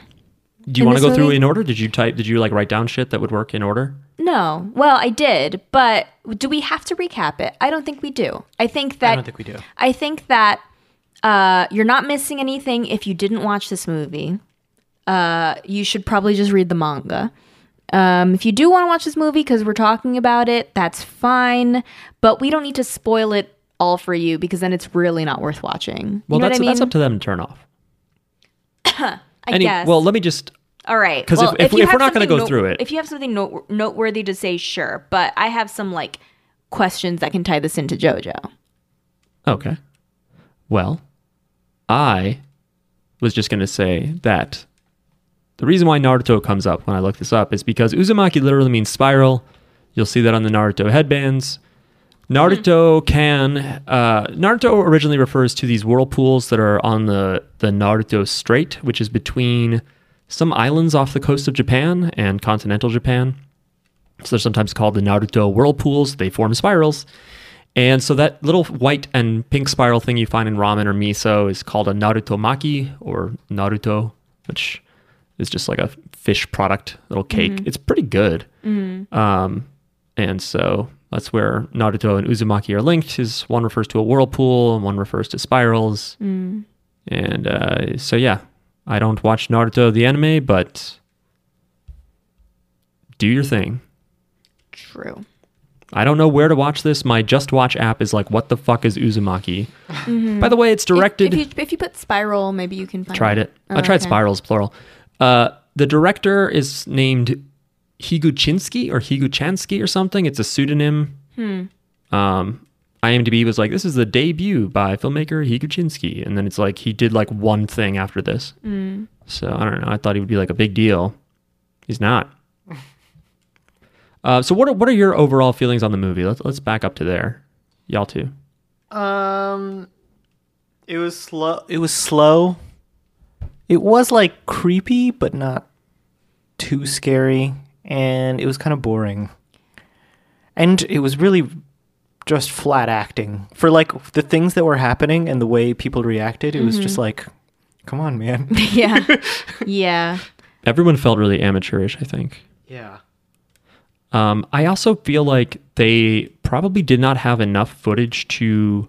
do you
In
want to
this
go through
movie?
in order? Did you type, did you like write down shit that would work in order?
No. Well, I did, but do we have to recap it? I don't think we do. I think that
I don't think we do.
I think that uh, you're not missing anything if you didn't watch this movie. Uh, you should probably just read the manga. Um, if you do want to watch this movie because we're talking about it, that's fine. But we don't need to spoil it all for you because then it's really not worth watching.
Well,
you know
that's,
what I mean?
that's up to them to turn off.
I
Any-
guess.
Well, let me just.
all right.
'cause
Well,
if- if-
you
if we're
have
not gonna
something
go through it-
if you have something note- noteworthy to say, sure. But I have some like questions that can tie this into JoJo.
Okay. Well, I was just going to say that the reason why Naruto comes up when I look this up is because Uzumaki literally means spiral. You'll see that on the Naruto headbands. Naruto can. Uh, Naruto originally refers to these whirlpools that are on the, the Naruto Strait, which is between some islands off the coast of Japan and continental Japan. So they're sometimes called the Naruto whirlpools. They form spirals. And so that little white and pink spiral thing you find in ramen or miso is called a narutomaki or naruto, which is just like a fish product, little cake. It's pretty good. Um, and so that's where Naruto and Uzumaki are linked. Is one refers to a whirlpool and one refers to spirals. And uh, so yeah, I don't watch Naruto the anime, but do your thing.
True.
I don't know where to watch this. My Just Watch app is like, what the fuck is Uzumaki? By the way, it's directed.
Mm-hmm. If, if you if you put spiral, maybe you can find.
tried it. I tried
Uh-huh. okay.
Spirals, plural. Uh, the director is named Higuchinsky or Higuchansky or something. It's a pseudonym. Um, IMDb was like, this is the debut by filmmaker Higuchinsky. And then it's like, he did like one thing after this. So I don't know. I thought he would be like a big deal. He's not. Uh, so what are, what are your overall feelings on the movie? Let's let's back up to there, y'all too.
Um, it was slow. It was slow. It was like creepy, but not too scary, and it was kind of boring. And it was really just flat acting for like the things that were happening and the way people reacted. It was just like, come on, man.
yeah, yeah.
Everyone felt really amateurish, I think.
Yeah.
Um, I also feel like they probably did not have enough footage to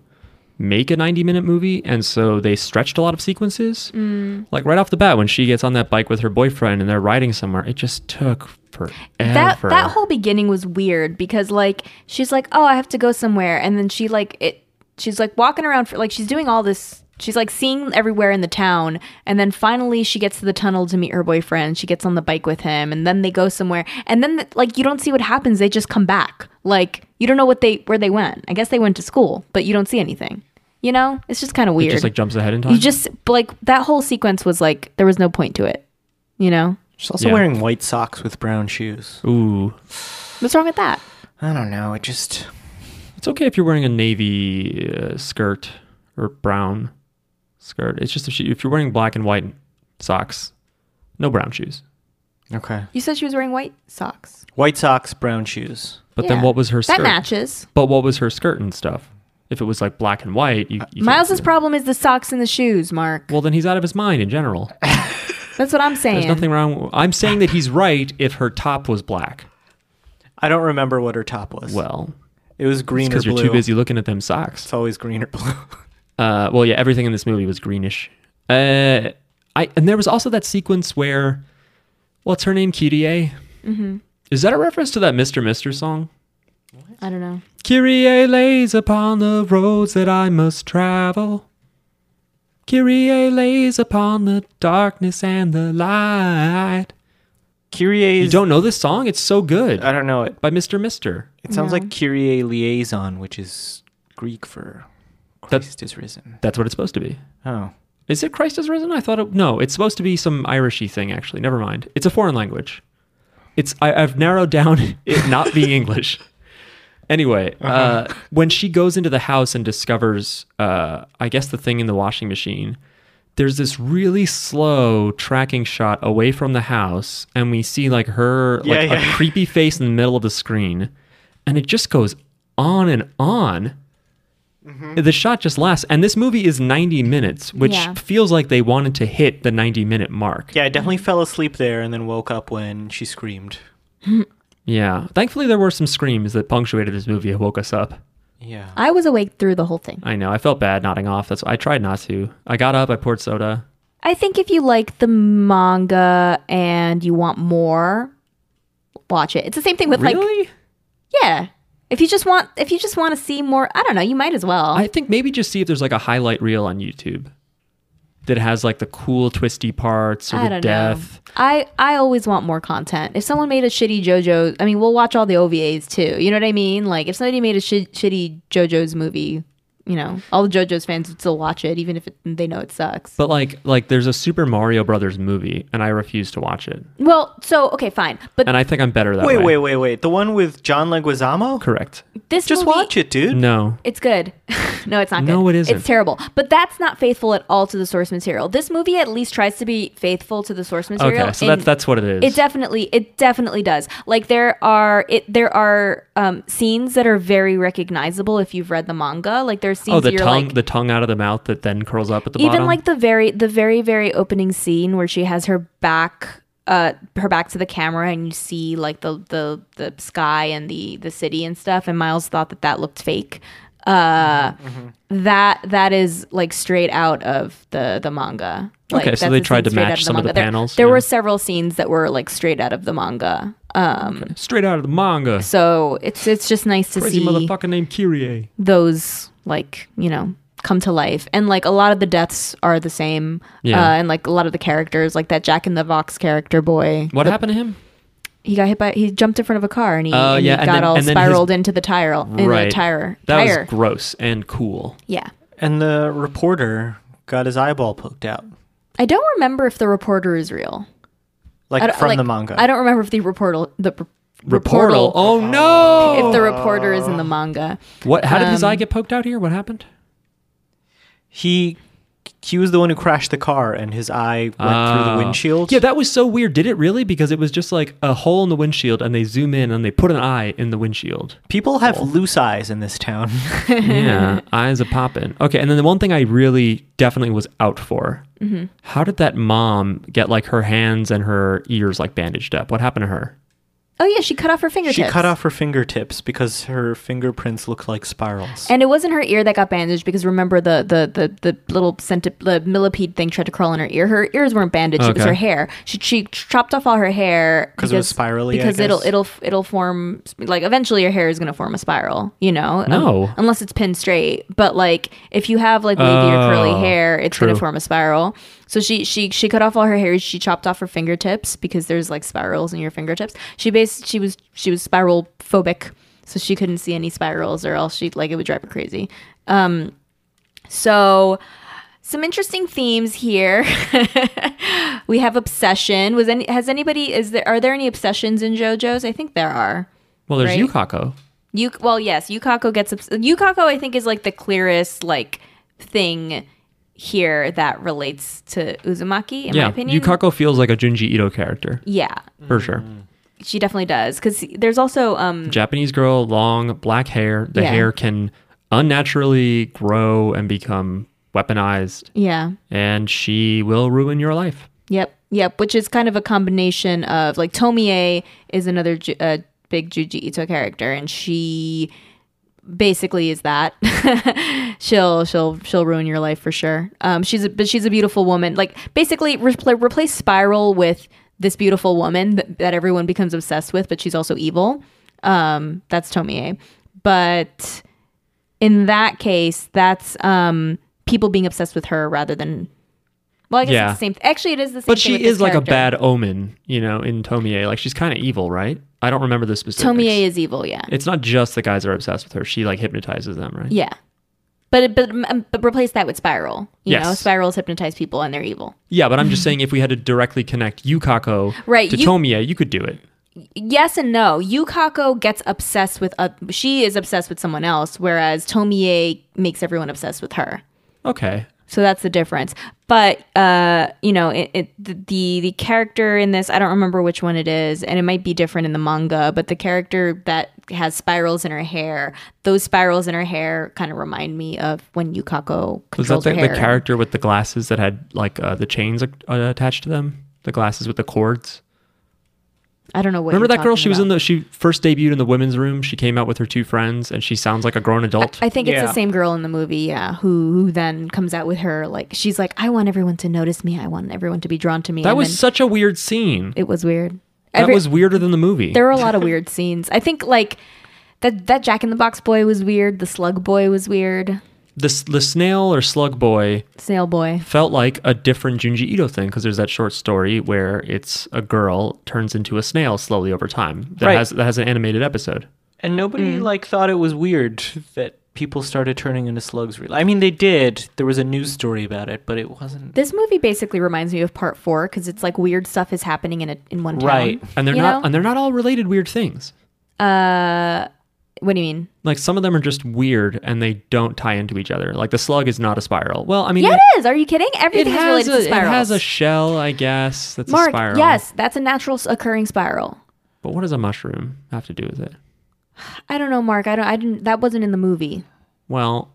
make a 90 minute movie, and so they stretched a lot of sequences.
Mm.
Like right off the bat, when she gets on that bike with her boyfriend and they're riding somewhere, it just took forever.
That that whole beginning was weird because like she's like, oh, I have to go somewhere, and then she like it. she's like walking around for like she's doing all this she's like seeing everywhere in the town and then finally she gets to the tunnel to meet her boyfriend she gets on the bike with him and then they go somewhere and then like you don't see what happens they just come back like you don't know what they where they went i guess they went to school but you don't see anything you know it's just kind of
It
weird
just like jumps ahead in time.
you just like that whole sequence was like there was no point to it you know
She's also
Yeah.
wearing white socks with brown shoes.
Ooh,
what's wrong with that
I don't know. It just
it's okay if you're wearing a navy uh, skirt or brown skirt. It's just if, she, if you're wearing black and white socks, no brown shoes.
okay.
you said she was wearing white socks
White socks, brown shoes.
But then
Yeah.
what was her skirt?
that matches
But what was her skirt and stuff? If it was like black and white,
Uh,
you, you can't
miles's
see it.
problem is the socks and the shoes mark
Well, then he's out of his mind in general.
that's what i'm saying
There's nothing wrong. I'm saying that he's right if her top was black.
I don't remember what her top was.
Well,
it was green or
because
blue.
you're too busy looking at them socks.
It's always green or blue.
Uh, well, yeah, everything in this movie was greenish. Uh, I and there was also that sequence where, what's her name, Kyrie? Mm-hmm. Is that a reference to that Mister Mister song?
i don't know
Kyrie lays upon the roads that I must travel. Kyrie lays upon the darkness and the light.
Kyrie.
You don't know this song? It's so good
I don't know it.
by Mister Mister.
It sounds
No.
like Kyrie liaison, which is Greek for
That's-
Christ is risen.
That's what it's supposed to be.
Oh,
Is it Christ is risen? I thought it. No, it's supposed to be some Irishy thing. Actually, never mind. It's a foreign language. It's I, I've narrowed down it not being English. Anyway, uh
Uh-huh.
when she goes into the house and discovers, uh, I guess the thing in the washing machine, there's this really slow tracking shot away from the house, and we see like her like
Yeah, yeah.
a creepy face in the middle of the screen, and it just goes on and on.
Mm-hmm.
The shot just lasts, and this movie is 90 minutes, which
Yeah.
feels like they wanted to hit the 90 minute mark.
yeah. I definitely fell asleep there and then woke up when she screamed.
Yeah. Thankfully, there were some screams that punctuated this movie and woke us up.
Yeah.
i was awake through the whole thing
I know. I felt bad nodding off. That's I tried not to. I got up. I poured soda.
I think if you like the manga and you want more, watch it. It's the same thing with like
Really?
yeah. If you just want if you just want to see more, I don't know, you might as well.
I think maybe just see if there's like a highlight reel on YouTube that has like the cool twisty parts or
I
the
don't
death.
know. I I always want more content. If someone made a shitty JoJo, I mean, we'll watch all the OVAs too. You know what I mean? Like if somebody made a shi- shitty JoJo's movie, you know, all the JoJo's fans would still watch it even if it, they know it sucks.
But like, like there's a Super Mario Brothers movie, and I refuse to watch it.
well, so okay, fine. But
And I think I'm better that
Wait,
way.
wait, wait, wait. The one with John Leguizamo.
Correct.
this
Just
movie,
watch it, dude.
No.
It's good. no, it's not good.
No, it isn't.
It's terrible. But that's not faithful at all to the source material. This movie at least tries to be faithful to the source material.
Okay, so
and
that's that's what it is.
it definitely it definitely does. Like there are it there are um, scenes that are very recognizable if you've read the manga. Like there's scenes
Oh, the
that you're
tongue,
like
the tongue out of the mouth that then curls up at the
even
bottom.
like the very the very very opening scene where she has her back uh her back to the camera and you see like the the the sky and the the city and stuff and miles thought that that looked fake uh
Mm-hmm.
that that is like straight out of the the manga like,
Okay, so
that's
they
a
tried
scene
to
straight
match
out the
some of the
manga. There-
panels,
there,
yeah.
were several scenes that were like straight out of the manga um
straight out of the manga.
so it's it's just nice to
Crazy
see
motherfucker named Kyrie.
those like you know come to life and like a lot of the deaths are the same
Yeah.
uh, and like a lot of the characters like that jack in the box character boy
What happened to him?
he got hit by he jumped in front of a car and he,
Oh,
and he
yeah, and
got
then-
all
and then his-
spiraled into the tire in the tire
That
tire
was gross and cool.
yeah
And the reporter got his eyeball poked out,
i don't remember if the reporter is real I
like
don't-
from
like,
the manga.
i don't remember if the reportal the r-
Reportal.
reportal
Oh no!
if the reporter is in the manga
what? How did
Um,
his eye get poked out here? What happened?
He he was the one who crashed the car, and his eye went through
Oh.
the windshield.
Yeah, that was so weird. Did it really? Because it was just like a hole in the windshield, and they zoom in and they put an eye in the windshield.
People have loose eyes in this town.
yeah, eyes are popping. Okay, and then the one thing I really definitely was out for. Mm-hmm. How did that mom get like her hands and her ears like bandaged up? What happened to her?
Oh yeah, she cut off her fingertips.
She cut off her fingertips because her fingerprints look like spirals.
And it wasn't her ear that got bandaged because remember the the the, the little centip- the millipede thing tried to crawl in her ear. Her ears weren't bandaged; it was
Okay.
her hair. She she chopped off all her hair
'Cause it was spirally, I
Because it'll
guess.
it'll it'll form like eventually your hair is going to form a spiral. You know,
No.
Um, unless it's pinned straight. But like if you have like wavy or curly
Oh,
hair, it's going
true.
to form a spiral. So she she she cut off all her hair. She chopped off her fingertips because there's like spirals in your fingertips. She based she was she was spiral phobic, so she couldn't see any spirals or else she like it would drive her crazy. Um, so some interesting themes here. we have obsession. Was any has anybody is there are there any obsessions in JoJo's? I think there are.
Well, there's
Right.
Yukako.
You well, yes, Yukako gets obs- Yukako. I think is like the clearest like thing here that relates to Uzumaki. In my
yeah,
opinion, Mm.
Yukako feels like a Junji Ito character
Yeah,
for sure.
she definitely does because there's also um
Japanese girl, long black hair. The
Yeah.
hair can unnaturally grow and become weaponized,
yeah
and she will ruin your life.
yep yep which is kind of a combination of like Tomie is another ju- uh, big Juji Ito character and she basically is that she'll she'll she'll ruin your life for sure um she's a but she's a beautiful woman like basically repl- replace spiral with this beautiful woman that, that everyone becomes obsessed with but she's also evil um that's tomie but in that case that's um people being obsessed with her rather than well i guess
Yeah.
it's the same actually it is the same
But
thing
she
with this
is like a
character.
bad omen, you know, in Tomie. Like she's kind of evil, right? I don't remember the specifics.
tomie is evil yeah
It's not just the guys that are obsessed with her. She like hypnotizes them, right?
yeah but, it- but um, but replace that with spiral you
Yes.
know spirals hypnotize people and they're evil
Yeah, but I'm just saying if we had to directly connect Yukako
Right,
to
you-
Tomie, you could do it.
yes and no. Yukako gets obsessed with uh, she is obsessed with someone else, whereas Tomie makes everyone obsessed with her.
Okay.
So that's the difference. But uh, you know, it, it the- the the character in this, I don't remember which one it is, and it might be different in the manga. But the character that has spirals in her hair, those spirals in her hair, kind of remind me of when Yukako
Was that
controls
the,
her
the
hair.
character with the glasses that had like uh, the chains uh, attached to them? The glasses with the cords?
I don't know what.
Remember
you're
that girl?
talking
She was
about.
in the, she first debuted in the women's room. She came out with her two friends and she sounds like a grown adult.
I think it's
Yeah.
the same girl in the movie, yeah, who who then comes out with her like she's like, I want everyone to notice me. I want everyone to be drawn to me.
that
and
was
then-
such a weird scene.
it was weird.
That
Every-
was weirder than the movie.
there were a lot of weird scenes. I think like that that Jack in the Box boy was weird. The Slug boy was weird.
the, s- the snail or slug boy
Snail boy.
felt like a different Junji Ito thing because there's that short story where it's a girl turns into a snail slowly over time. That
Right.
has that has an animated episode.
And nobody like thought it was weird that people started turning into slugs. Really, I mean, they did. There was a news story about it, but it wasn't
This movie basically reminds me of Part Four because it's like weird stuff is happening in a, in one town.
Right.
And they're
You
not
know?
and they're not all related weird things.
What do you mean?
Like some of them are just weird and they don't tie into each other. Like the slug is not a spiral. Well, I mean
Yeah,
it,
it is. Are you kidding?
it
Everything is
has
related
a,
to
it
spirals.
has a shell, I guess. That's a
Mark,
spiral.
yes, that's a natural s- occurring spiral.
But what does a mushroom have to do with it?
I don't know, Mark. I don't. I didn't. That wasn't in the movie.
Well,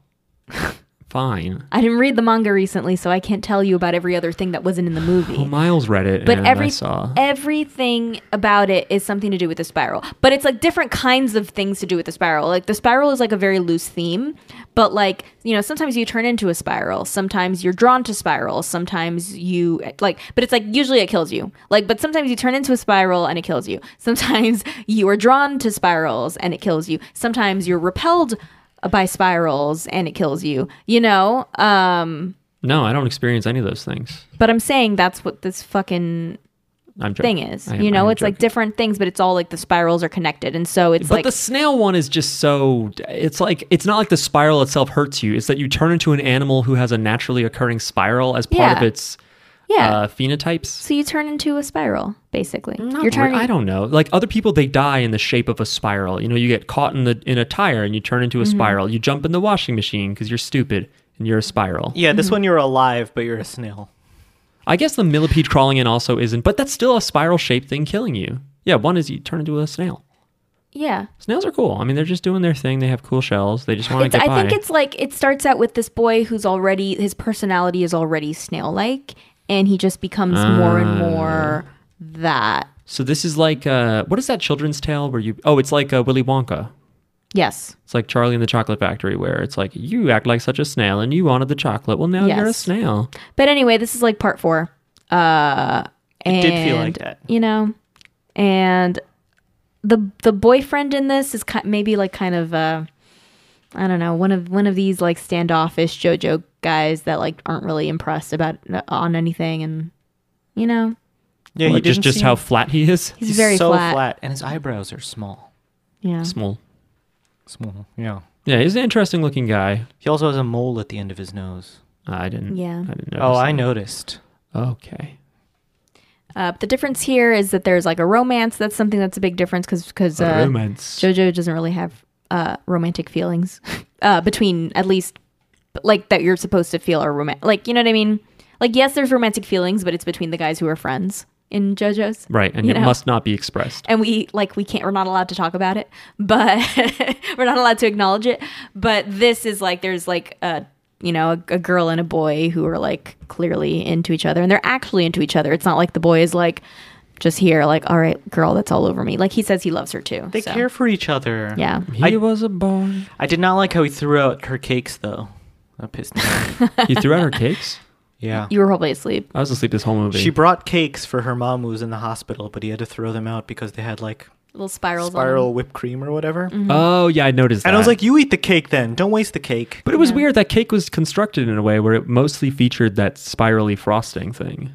fine.
I didn't read the manga recently, so I can't tell you about every other thing that wasn't in the movie.
Well, Miles read it
but
and
every
Oh I saw.
everything about it is something to do with the spiral. But it's like different kinds of things to do with the spiral. Like the spiral is like a very loose theme, but like you know sometimes you turn into a spiral, sometimes you're drawn to spirals, sometimes you like. But it's like usually it kills you. Like but sometimes you turn into a spiral and it kills you. Sometimes you are drawn to spirals and it kills you. Sometimes you're repelled by spirals and it kills you. You know. Um.
No, I don't experience any of those things.
But I'm saying that's what this fucking
I'm joking.
thing is.
I am-
you
I
know,
am
it's like
joking.
different things, but it's all like the spirals are connected, and so it's
But
like
the snail one is just so. It's like it's not like the spiral itself hurts you. It's that you turn into an animal who has a naturally occurring spiral as part of
Yeah.
its
yeah.
uh, phenotypes.
so you turn into a spiral, basically.
Not
You're
re-
turning.
I don't know. Like other people, they die in the shape of a spiral. You know, you get caught in the in a tire and you turn into a
Mm-hmm.
spiral. You jump in the washing machine because you're stupid and you're a spiral.
Yeah, this one you're alive, but you're a snail.
I guess the millipede crawling in also isn't, but that's still a spiral shaped thing killing you. Yeah, one is you turn into a snail.
yeah.
Snails are cool. I mean, they're just doing their thing. They have cool shells. They just want to
It's,
get by.
I think it's like it starts out with this boy who's already his
Ah.
personality is already snail like, and he just becomes more and more that.
So this is like uh, what is that children's tale where you? Oh, it's like uh, Willy Wonka.
Yes.
It's like Charlie and the Chocolate Factory, where it's like you act like such a snail and you wanted the chocolate. Well, now you're a
Yes.
snail.
But anyway, this is like part four. Uh, and,
It did feel like that.
You know, and the the boyfriend in this is ki- maybe like kind of uh, I don't know one of one of these like standoffish JoJo guys that like aren't really impressed about uh, on anything, and you know
Yeah,
Like, just just how flat he is.
he's, very
so
flat.
and his eyebrows are small.
Yeah,
Small.
Small. Yeah.
Yeah, he's an interesting looking guy.
He also has a mole at the end of his nose.
I didn't.
Yeah.
I didn't know.
Oh, I noticed.
Okay.
uh, but the difference here is that there's like a romance. That's something that's a big difference because because
A
uh,
romance.
JoJo doesn't really have uh, romantic feelings uh, between at least like that you're supposed to feel or romantic. Like you know what I mean? Like yes, there's romantic feelings, but it's between the guys who are friends in JoJo's.
right, and
you
it
know.
must not be expressed.
And we like we can't. We're not allowed to talk about it, but we're not allowed to acknowledge it. But this is like there's like a you know a, a girl and a boy who are like clearly into each other, and they're actually into each other. It's not like the boy is like just here like all right girl that's all over me like he says he loves her too
They
so,
care for each other.
yeah
He
I-
was a boy.
I did not like how he threw out her cakes though. That pissed me off.
He threw out her cakes.
Yeah.
you were probably asleep
I was asleep this whole movie.
She brought cakes for her mom who was in the hospital, but he had to throw them out because they had like
little spirals
spiral
on Mm-hmm.
whipped cream or whatever.
oh yeah, I noticed.
And I was
that.
like, "You eat the cake then. Don't waste the cake."
But it was
Yeah.
weird that cake was constructed in a way where it mostly featured that spirally frosting thing.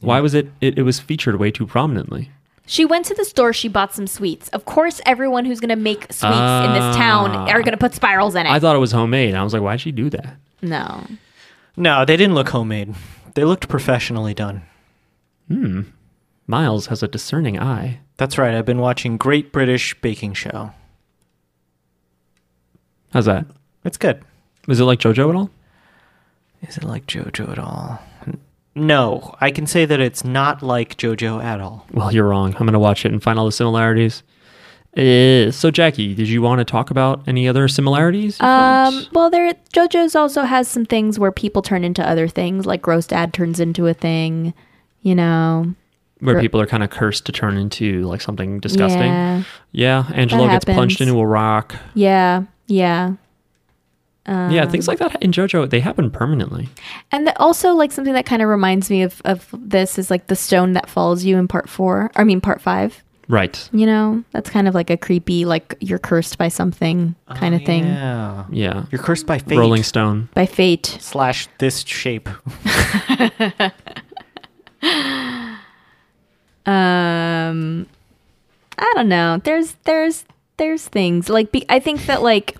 Why was it, it? It was featured way too prominently.
she went to the store she bought some sweets of course everyone who's gonna make sweets in this town
Ah.
are gonna put spirals in it
I thought it was homemade. and I was like, why'd she do that?
no
No, they didn't look homemade. They looked professionally done.
Miles has a discerning eye.
That's right. I've been watching Great British Baking Show.
How's that?
It's good.
Was it like JoJo at all?
Is it like JoJo at all? N- No, I can say that it's not like JoJo at all.
Well, you're wrong. I'm gonna watch it and find all the similarities. Uh, so, Jackie, did you want to talk about any other similarities? you
um
felt?
well there jojo's also has some things where people turn into other things like gross dad turns into a thing you know
where
r-
people are kind of cursed to turn into like something disgusting. Yeah,
yeah
Angelo gets
That
punched
happens.
into a rock.
yeah yeah um,
yeah, things like that in JoJo they happen permanently.
and the, also like something that kind of reminds me of of this is like the stone that follows you in part four. I mean part five.
Right.
You know, that's kind of like a creepy, like you're cursed by something kind of thing
Oh, Yeah.
Yeah.
You're cursed by fate.
Rolling Stone.
by fate.
slash this shape.
Um, I don't know. There's there's there's things like be, I think that like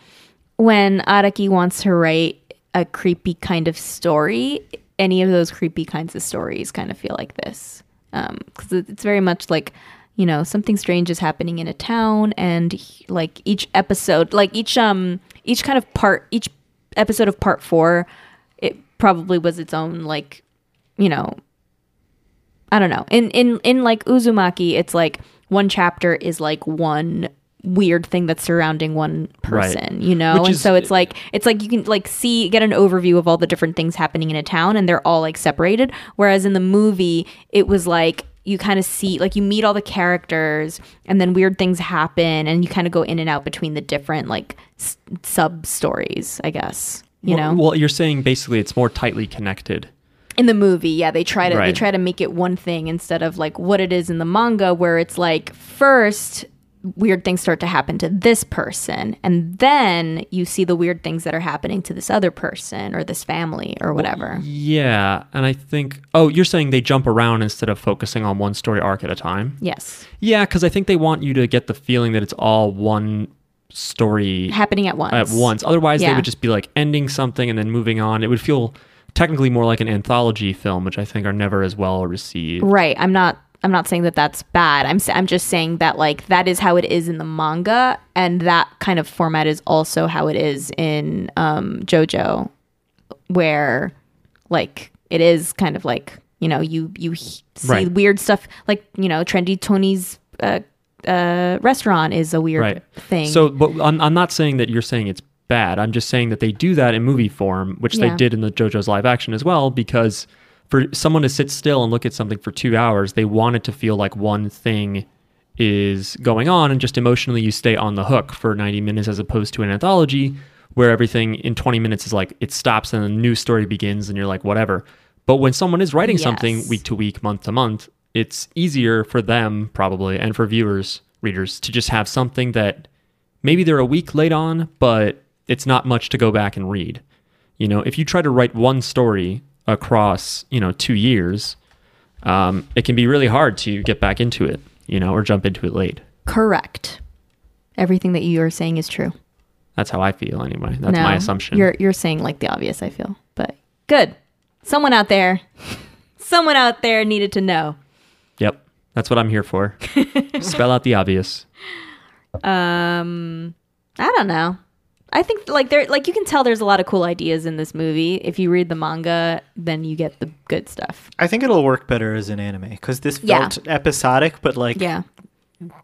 when Araki wants to write a creepy kind of story, any of those creepy kinds of stories kind of feel like this because it it's very much like you know something strange is happening in a town and he- like each episode like each um each kind of part each episode of part four it probably was its own like you know I don't know. In in in like Uzumaki, it's like one chapter is like one weird thing that's surrounding one
Right.
person, you know?
Which
and
is-
so it's like it's like you can like see get an overview of all the different things happening in a town and they're all like separated whereas in the movie it was like you kind of see like you meet all the characters and then weird things happen and you kind of go in and out between the different like s- sub stories, I guess. You
Well-
know,
Well, you're saying basically it's more tightly connected.
in the movie yeah they try to
Right.
they try to make it one thing instead of like what it is in the manga where it's like first weird things start to happen to this person and then you see the weird things that are happening to this other person or this family or whatever
Yeah, and I think oh, you're saying they jump around instead of focusing on one story arc at a time.
yes
Yeah, cuz I think they want you to get the feeling that it's all one story
happening at once
at once. Otherwise, they
Yeah.
would just be like ending something and then moving on. It would feel technically more like an anthology film, which I think are never as well received.
right i'm not i'm not saying that that's bad i'm sa- i'm just saying that like that is how it is in the manga and that kind of format is also how it is in um jojo where like it is kind of like you know you you he- see
Right.
weird stuff like you know trendy tony's uh uh restaurant is a weird
right
thing
so but I'm, I'm not saying that you're saying it's bad i'm just saying that they do that in movie form which
Yeah.
they did in the jojo's live action as well because for someone to sit still and look at something for two hours, they want it to feel like one thing is going on, and just emotionally you stay on the hook for 90 minutes as opposed to an anthology where everything in 20 minutes is like it stops and a new story begins and you're like, whatever. But when someone is writing something
Yes.
week to week, month to month, it's easier for them probably and for viewers, readers to just have something that maybe they're a week late on, but it's not much to go back and read. You know, if you try to write one story across, you know, two years, um, it can be really hard to get back into it, you know, or jump into it late.
Correct. Everything that you are saying is true.
That's how I feel anyway. That's
No,
my assumption.
You're you're saying like the obvious, I feel. But good. Someone out there someone out there needed to know.
Yep. That's what I'm here for. Spell out the obvious.
Um I don't know. I think like there like you can tell there's a lot of cool ideas in this movie. If you read the manga, then you get the good stuff.
I think it'll work better as an anime because this
Yeah.
felt episodic, but like
Yeah,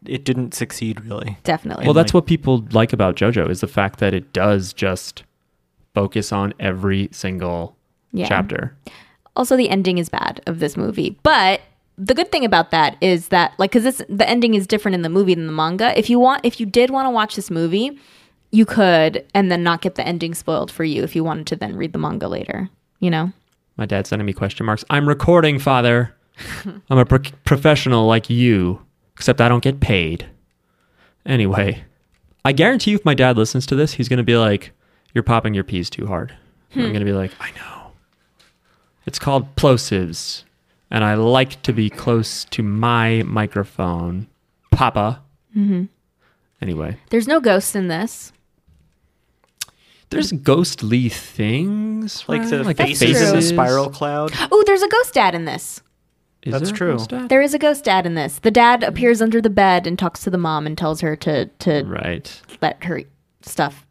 it didn't succeed really.
definitely.
Well, that's
like-
what people like about JoJo is the fact that it does just focus on every single
Yeah.
chapter.
also the ending is bad of this movie but the good thing about that is that like because this the ending is different in the movie than the manga if you want if you did want to watch this movie you could and then not get the ending spoiled for you if you wanted to then read the manga later you know
My dad's sending me question marks. I'm recording, father. I'm a pro- professional like you, except I don't get paid. Anyway, I guarantee you, if my dad listens to this, he's going to be like, You're popping your peas too hard. And I'm going to be like, I know. It's called plosives, and I like to be close to my microphone, Papa. Mm-hmm. Anyway,
there's no ghosts in this
there's ghostly things,
Like the
right?
That's
faces in
true.
a spiral cloud.
oh there's a ghost dad in this
Is
That's
there a
true.
ghost dad?
there is a ghost dad in this the dad appears under the bed and talks to the mom and tells her to to
Right.
let her stuff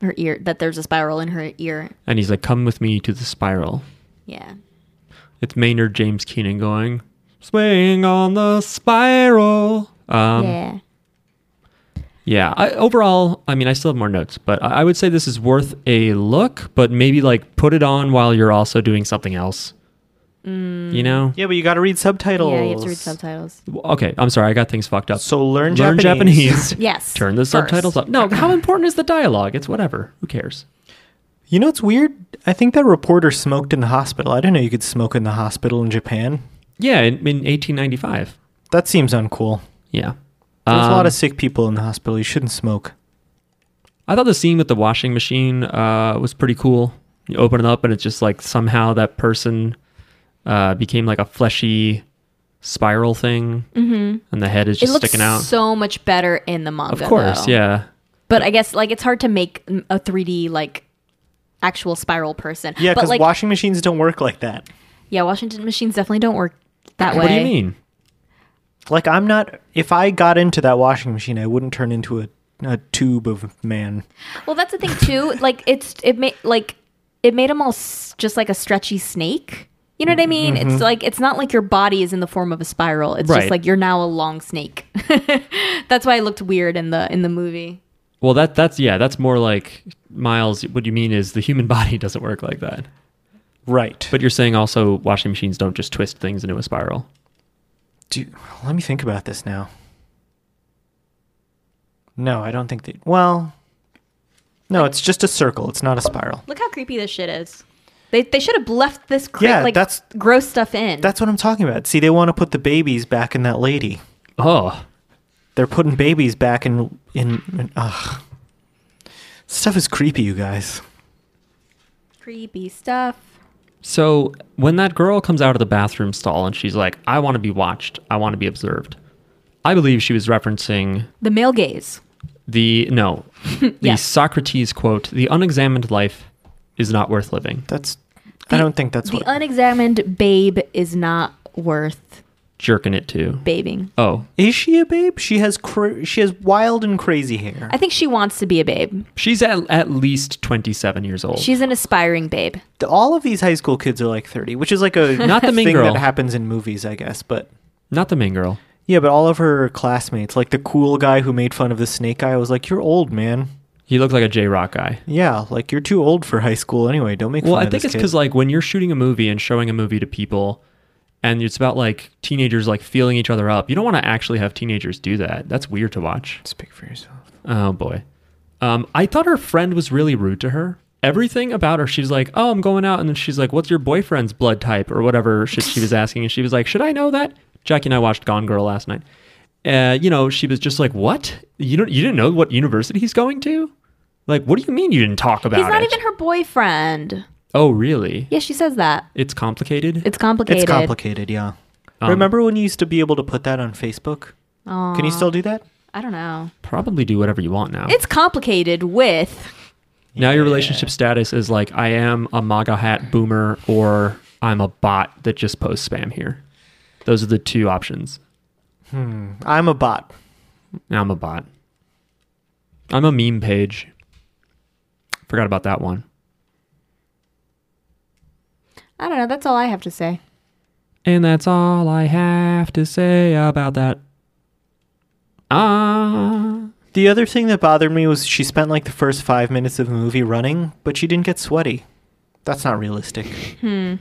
her ear that there's a spiral in her ear
And he's like, "Come with me to the spiral."
yeah
It's Maynard James Keenan going, "Swing on the spiral." Um, yeah.
yeah
I, overall, I mean, I still have more notes, but I, I would say this is worth a look. But maybe like put it on while you're also doing something else.
Mm.
You know?
Yeah, but you got to read subtitles.
yeah you have to read subtitles
Okay. I'm sorry. I got things fucked up.
So learn,
Learn
Japanese.
Japanese.
yes
Turn the
first.
subtitles up. No, how important is the dialogue? It's whatever. Who cares?
You know, it's weird. I think that reporter smoked in the hospital. I didn't know you could smoke in the hospital in Japan.
Yeah, in, in 1895.
That seems uncool.
Yeah.
There's a lot
Um,
of sick people in the hospital. You shouldn't smoke.
I thought the scene with the washing machine uh, was pretty cool. You open it up, and it's just like somehow that person uh, became like a fleshy spiral thing, mm-hmm. and the head is
it
just
looks
sticking out.
so much better in the manga.
of course,
though.
yeah.
But I guess like it's hard to make a 3D like actual spiral person.
Yeah,
but
because
like
washing machines don't work like that.
yeah, Washington machines definitely don't work that way.
What do you mean?
Like, I'm not. If I got into that washing machine, I wouldn't turn into a, a tube of man.
Well, that's the thing too. like it's it made like it made him all s- just like a stretchy snake. You know what I mean? It's like it's not like your body is in the form of a spiral. It's
Mm-hmm. Right.
just like you're now a long snake. that's why it looked weird in the in the movie.
Well, that that's yeah, that's more like Miles. What you mean is the human body doesn't work like that.
Right.
But you're saying also washing machines don't just twist things into a spiral.
Do, let me think about this now. No, I don't think that. Well, no, it's just a circle. It's not a spiral.
Look how creepy this shit is. They, they should have left this cre-
Yeah,
like
that's-
gross stuff in.
That's what I'm talking about. See, they want to put the babies back in that lady.
Oh,
They're putting babies back in in. in ugh. Stuff is creepy, you guys.
creepy stuff.
So when that girl comes out of the bathroom stall and she's like, I want to be watched, I want to be observed. I believe she was referencing
The male gaze.
the no, the
Yes.
Socrates quote, the unexamined life is not worth living.
That's. I don't think that's
The
what.
unexamined babe is not worth
Jerking it too.
babing.
Oh,
is she a babe? She has cra- she has wild and crazy hair.
I think she wants to be a babe.
she's at, at least 27 years old.
She's an aspiring babe.
All of these high school kids are like 30, which is like a
Not the mean
thing
girl.
that happens in movies, I guess. But
not the main girl.
yeah, but all of her classmates, like the cool guy who made fun of the snake guy, was like, "You're old, man."
He looked like a J Rock guy.
Yeah, like you're too old for high school anyway. Don't make fun
Well, I
of
think
this
it's
kid.
because like when you're shooting a movie and showing a movie to people, and it's about like teenagers like feeling each other up. You don't want to actually have teenagers do that. That's weird to watch.
Speak for yourself.
Oh boy. Um, I thought her friend was really rude to her. Everything about her, she's like, "Oh, I'm going out," and then she's like, "What's your boyfriend's blood type?" or whatever shit she was asking, and she was like, "Should I know that?" Jackie and I watched Gone Girl last night. Uh, you know, she was just like, "What? You don't? You didn't know what university he's going to? Like, what do you mean you didn't talk about
He's not
it?"
even her boyfriend.
oh, really?
Yeah, she says that.
It's complicated.
It's complicated.
It's complicated, yeah.
Um,
Remember when you used to be able to put that on Facebook?
Aw,
Can you still do that?
I don't know.
probably do whatever you want now.
It's complicated with.
now your relationship status is like I am a MAGA hat boomer or I'm a bot that just posts spam here. Those are the two options.
I'm a bot.
Now I'm a bot. I'm a meme page. Forgot about that one.
I don't know. That's all I have to say.
And that's all I have to say about that. Ah.
The other thing that bothered me was she spent like the first five minutes of the movie running, but she didn't get sweaty. That's not realistic.
Uh,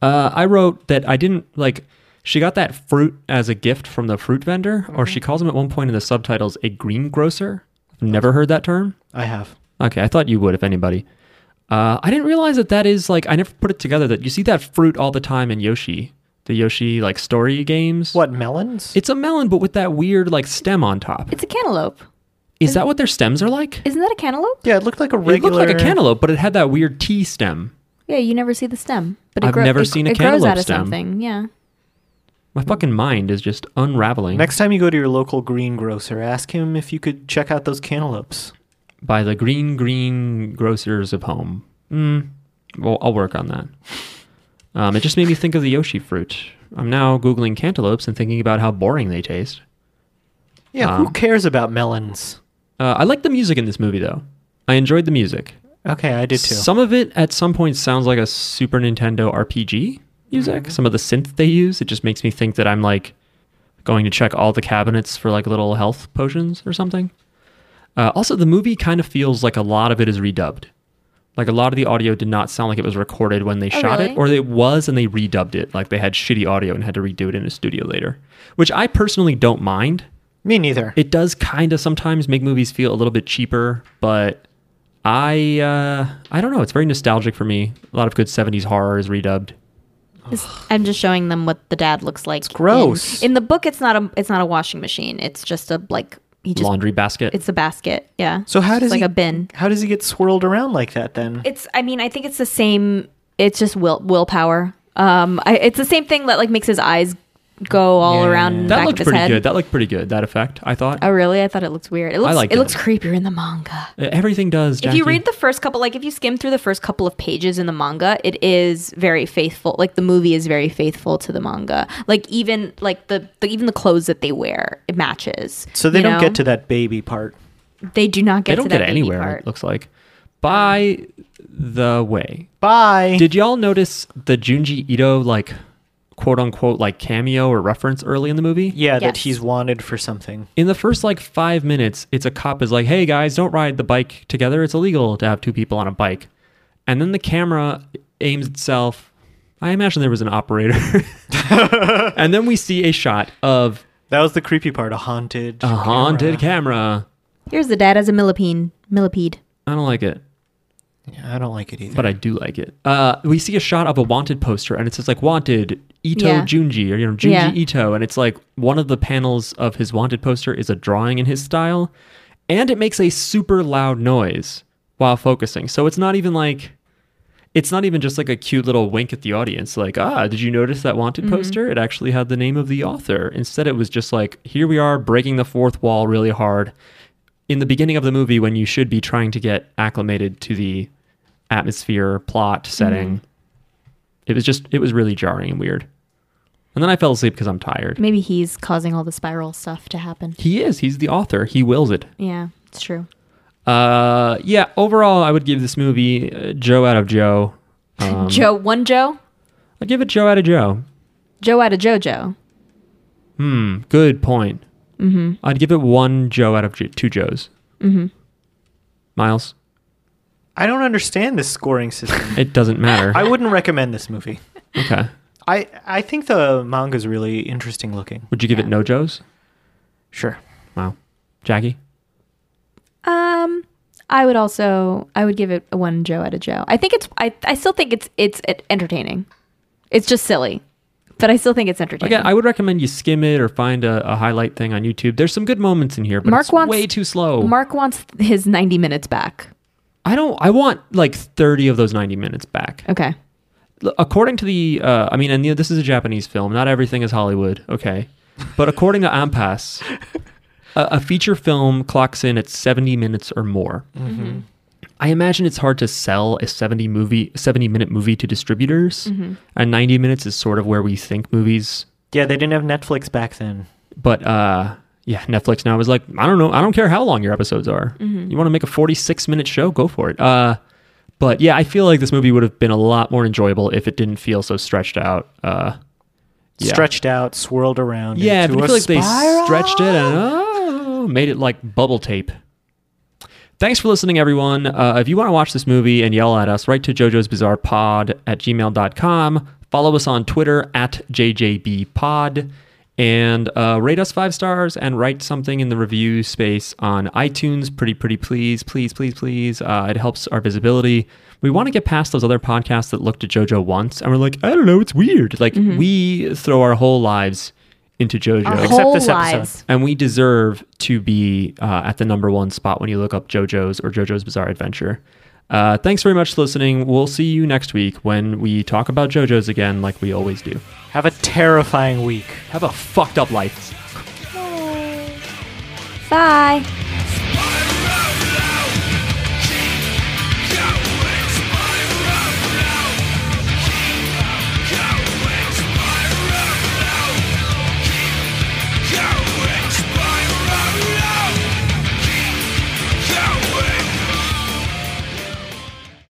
I wrote that I didn't like. She got that fruit as a gift from the fruit vendor, or she calls him at one point in the subtitles a greengrocer. I've never heard that term.
I have.
Okay, I thought you would, if anybody. Uh, I didn't realize that that is like I never put it together. That you see that fruit all the time in Yoshi, the Yoshi like story games.
What, melons?
It's a melon, but with that weird like stem on top.
It's a cantaloupe.
Is that what their stems are like?
Isn't that a cantaloupe?
yeah, it looked like a
It looked
regular.
like a cantaloupe, but it had that weird T stem.
Yeah, you never see the stem, but it
I've
grow-
never
it-
seen a
it grows
cantaloupe
out of
stem.
something. Yeah.
My fucking mind is just unraveling
Next time you go to your local greengrocer, ask him if you could check out those cantaloupes.
by the green green grocers of home. Mm, well, I'll work on that. Um, it just made me think of the Yoshi fruit. I'm now googling cantaloupes and thinking about how boring they taste.
Yeah, who
Um,
cares about melons?
Uh, I like the music in this movie though. I enjoyed the music.
Okay, I did too.
Some of it at some point sounds like a Super Nintendo RPG music.
Mm-hmm.
Some of the synth they use, it just makes me think that I'm like going to check all the cabinets for like little health potions or something. Uh, also, the movie kind of feels like a lot of it is redubbed. Like a lot of the audio did not sound like it was recorded when they
Oh,
shot
really?
it, or it was and they redubbed it. Like they had shitty audio and had to redo it in a studio later, which I personally don't mind
me neither.
it does kind of sometimes make movies feel a little bit cheaper, but I uh, I don't know. It's very nostalgic for me. A lot of good '70s horror is redubbed.
It's- I'm just showing them what the dad looks like. It's
gross.
In, in the book, it's not a it's not a washing machine. It's just a like he just
Laundry basket.
it's a basket. Yeah.
so how
It's
does
like
he,
a bin?
How does he get swirled around like that then?
It's. I mean, I think it's the same. It's just will willpower. Um, I, it's the same thing that like makes his eyes go all
Yeah.
around the
that
back
looked
of his
pretty
head.
good. That looked pretty good. That effect, I thought.
oh, really? I thought it looks weird. It looks.
liked
it,
it.
looks creepier in the manga.
E, Everything does.
If you
Jackie.
read the first couple, like if you skim through the first couple of pages in the manga, it is very faithful. Like the movie is very faithful to the manga. Like even like the, the even the clothes that they wear, it matches.
so they
you
don't
know?
get to that baby part.
They do not get.
they don't
to
get
that baby
anywhere.
E part.
It looks like. By the way,
Bye.
did y'all notice the Junji Ito like quote unquote like cameo or reference early in the movie?
yeah, that
Yes.
he's wanted for something.
in the first like five minutes, it's a cop is like, "Hey guys, don't ride the bike together. It's illegal to have two people on a bike." And then the camera aims itself. I imagine there was an operator. and then we see a shot of
That was the creepy part. A haunted.
a haunted camera.
Here's the dad as a millipede. Millipede.
I don't like it,
Yeah, I don't like it either.
but I do like it. Uh, we see a shot of a wanted poster, and it says like "Wanted Ito
Yeah.
Junji" or you know Junji
Yeah.
Ito, and it's like one of the panels of his wanted poster is a drawing in his style, and it makes a super loud noise while focusing. So it's not even like it's not even just like a cute little wink at the audience like ah did you notice that wanted
Mm-hmm.
poster it actually had the name of the author instead it was just like here we are breaking the fourth wall really hard in the beginning of the movie when you should be trying to get acclimated to the atmosphere
Mm-hmm.
plot setting it was just it was really jarring and weird and then i fell asleep because i'm tired
Maybe he's causing all the spiral stuff to happen.
he is he's the author he wills it
Yeah, it's true.
uh yeah overall i would give this movie uh, joe out of joe um,
Joe, one Joe,
i'd give it joe out of joe
Joe out of JoJo.
Hmm. Good point. Mm-hmm. I'd give it one Joe out of J- two Joes. Miles?
I don't understand this scoring system.
It doesn't matter.
I wouldn't recommend this movie.
okay.
I I think the manga's really interesting looking.
Would you give it no Joes?
Sure.
Wow. Jackie?
Um, I would also I would give it a one Joe out of Joe. I think it's I I still think it's it's entertaining. It's just silly, but I still think it's entertaining.
Again, I would recommend you skim it or find a, a highlight thing on YouTube. There's some good moments in here, but
Mark
it's
wants-
way too slow.
Mark wants his ninety minutes back.
I don't. I want like 30 of those 90 minutes back.
Okay.
L- According to the, uh, I mean, and the, this is a Japanese film. Not everything is Hollywood, okay? But according to Ampass, a, a feature film clocks in at 70 minutes or more. I imagine it's hard to sell a 70 movie, 70 minute movie to distributors, and 90 minutes is sort of where we think movies
Yeah, they didn't have Netflix back then.
But uh, yeah, Netflix now is like, I don't know, I don't care how long your episodes are.
Mm-hmm.
You want to make a 46 minute show, go for it. Uh, but yeah, I feel like this movie would have been a lot more enjoyable if it didn't feel so stretched out. Uh, yeah.
Stretched out, swirled around.
Yeah,
into
but I
a
feel like
spiral.
they stretched it and oh, made it like bubble tape. Thanks for listening, everyone. Uh, if you want to watch this movie and yell at us, write to Jojo's Bizarre Pod at gmail.com. Follow us on Twitter at JJBpod. And uh, rate us five stars and write something in the review space on iTunes. Pretty, pretty please, please, please, please. Uh, it helps our visibility. We want to get past those other podcasts that look to JoJo once and we're like, I don't know, it's weird. Like, we throw our whole lives into JoJo.
Our
Except
whole
this episode.
lives.
And we deserve to be uh, at the number one spot when you look up JoJo's or JoJo's Bizarre Adventure. Uh, thanks very much for listening. We'll see you next week when we talk about JoJo's again, like we always do.
Have a terrifying week.
Have a fucked up life.
Bye.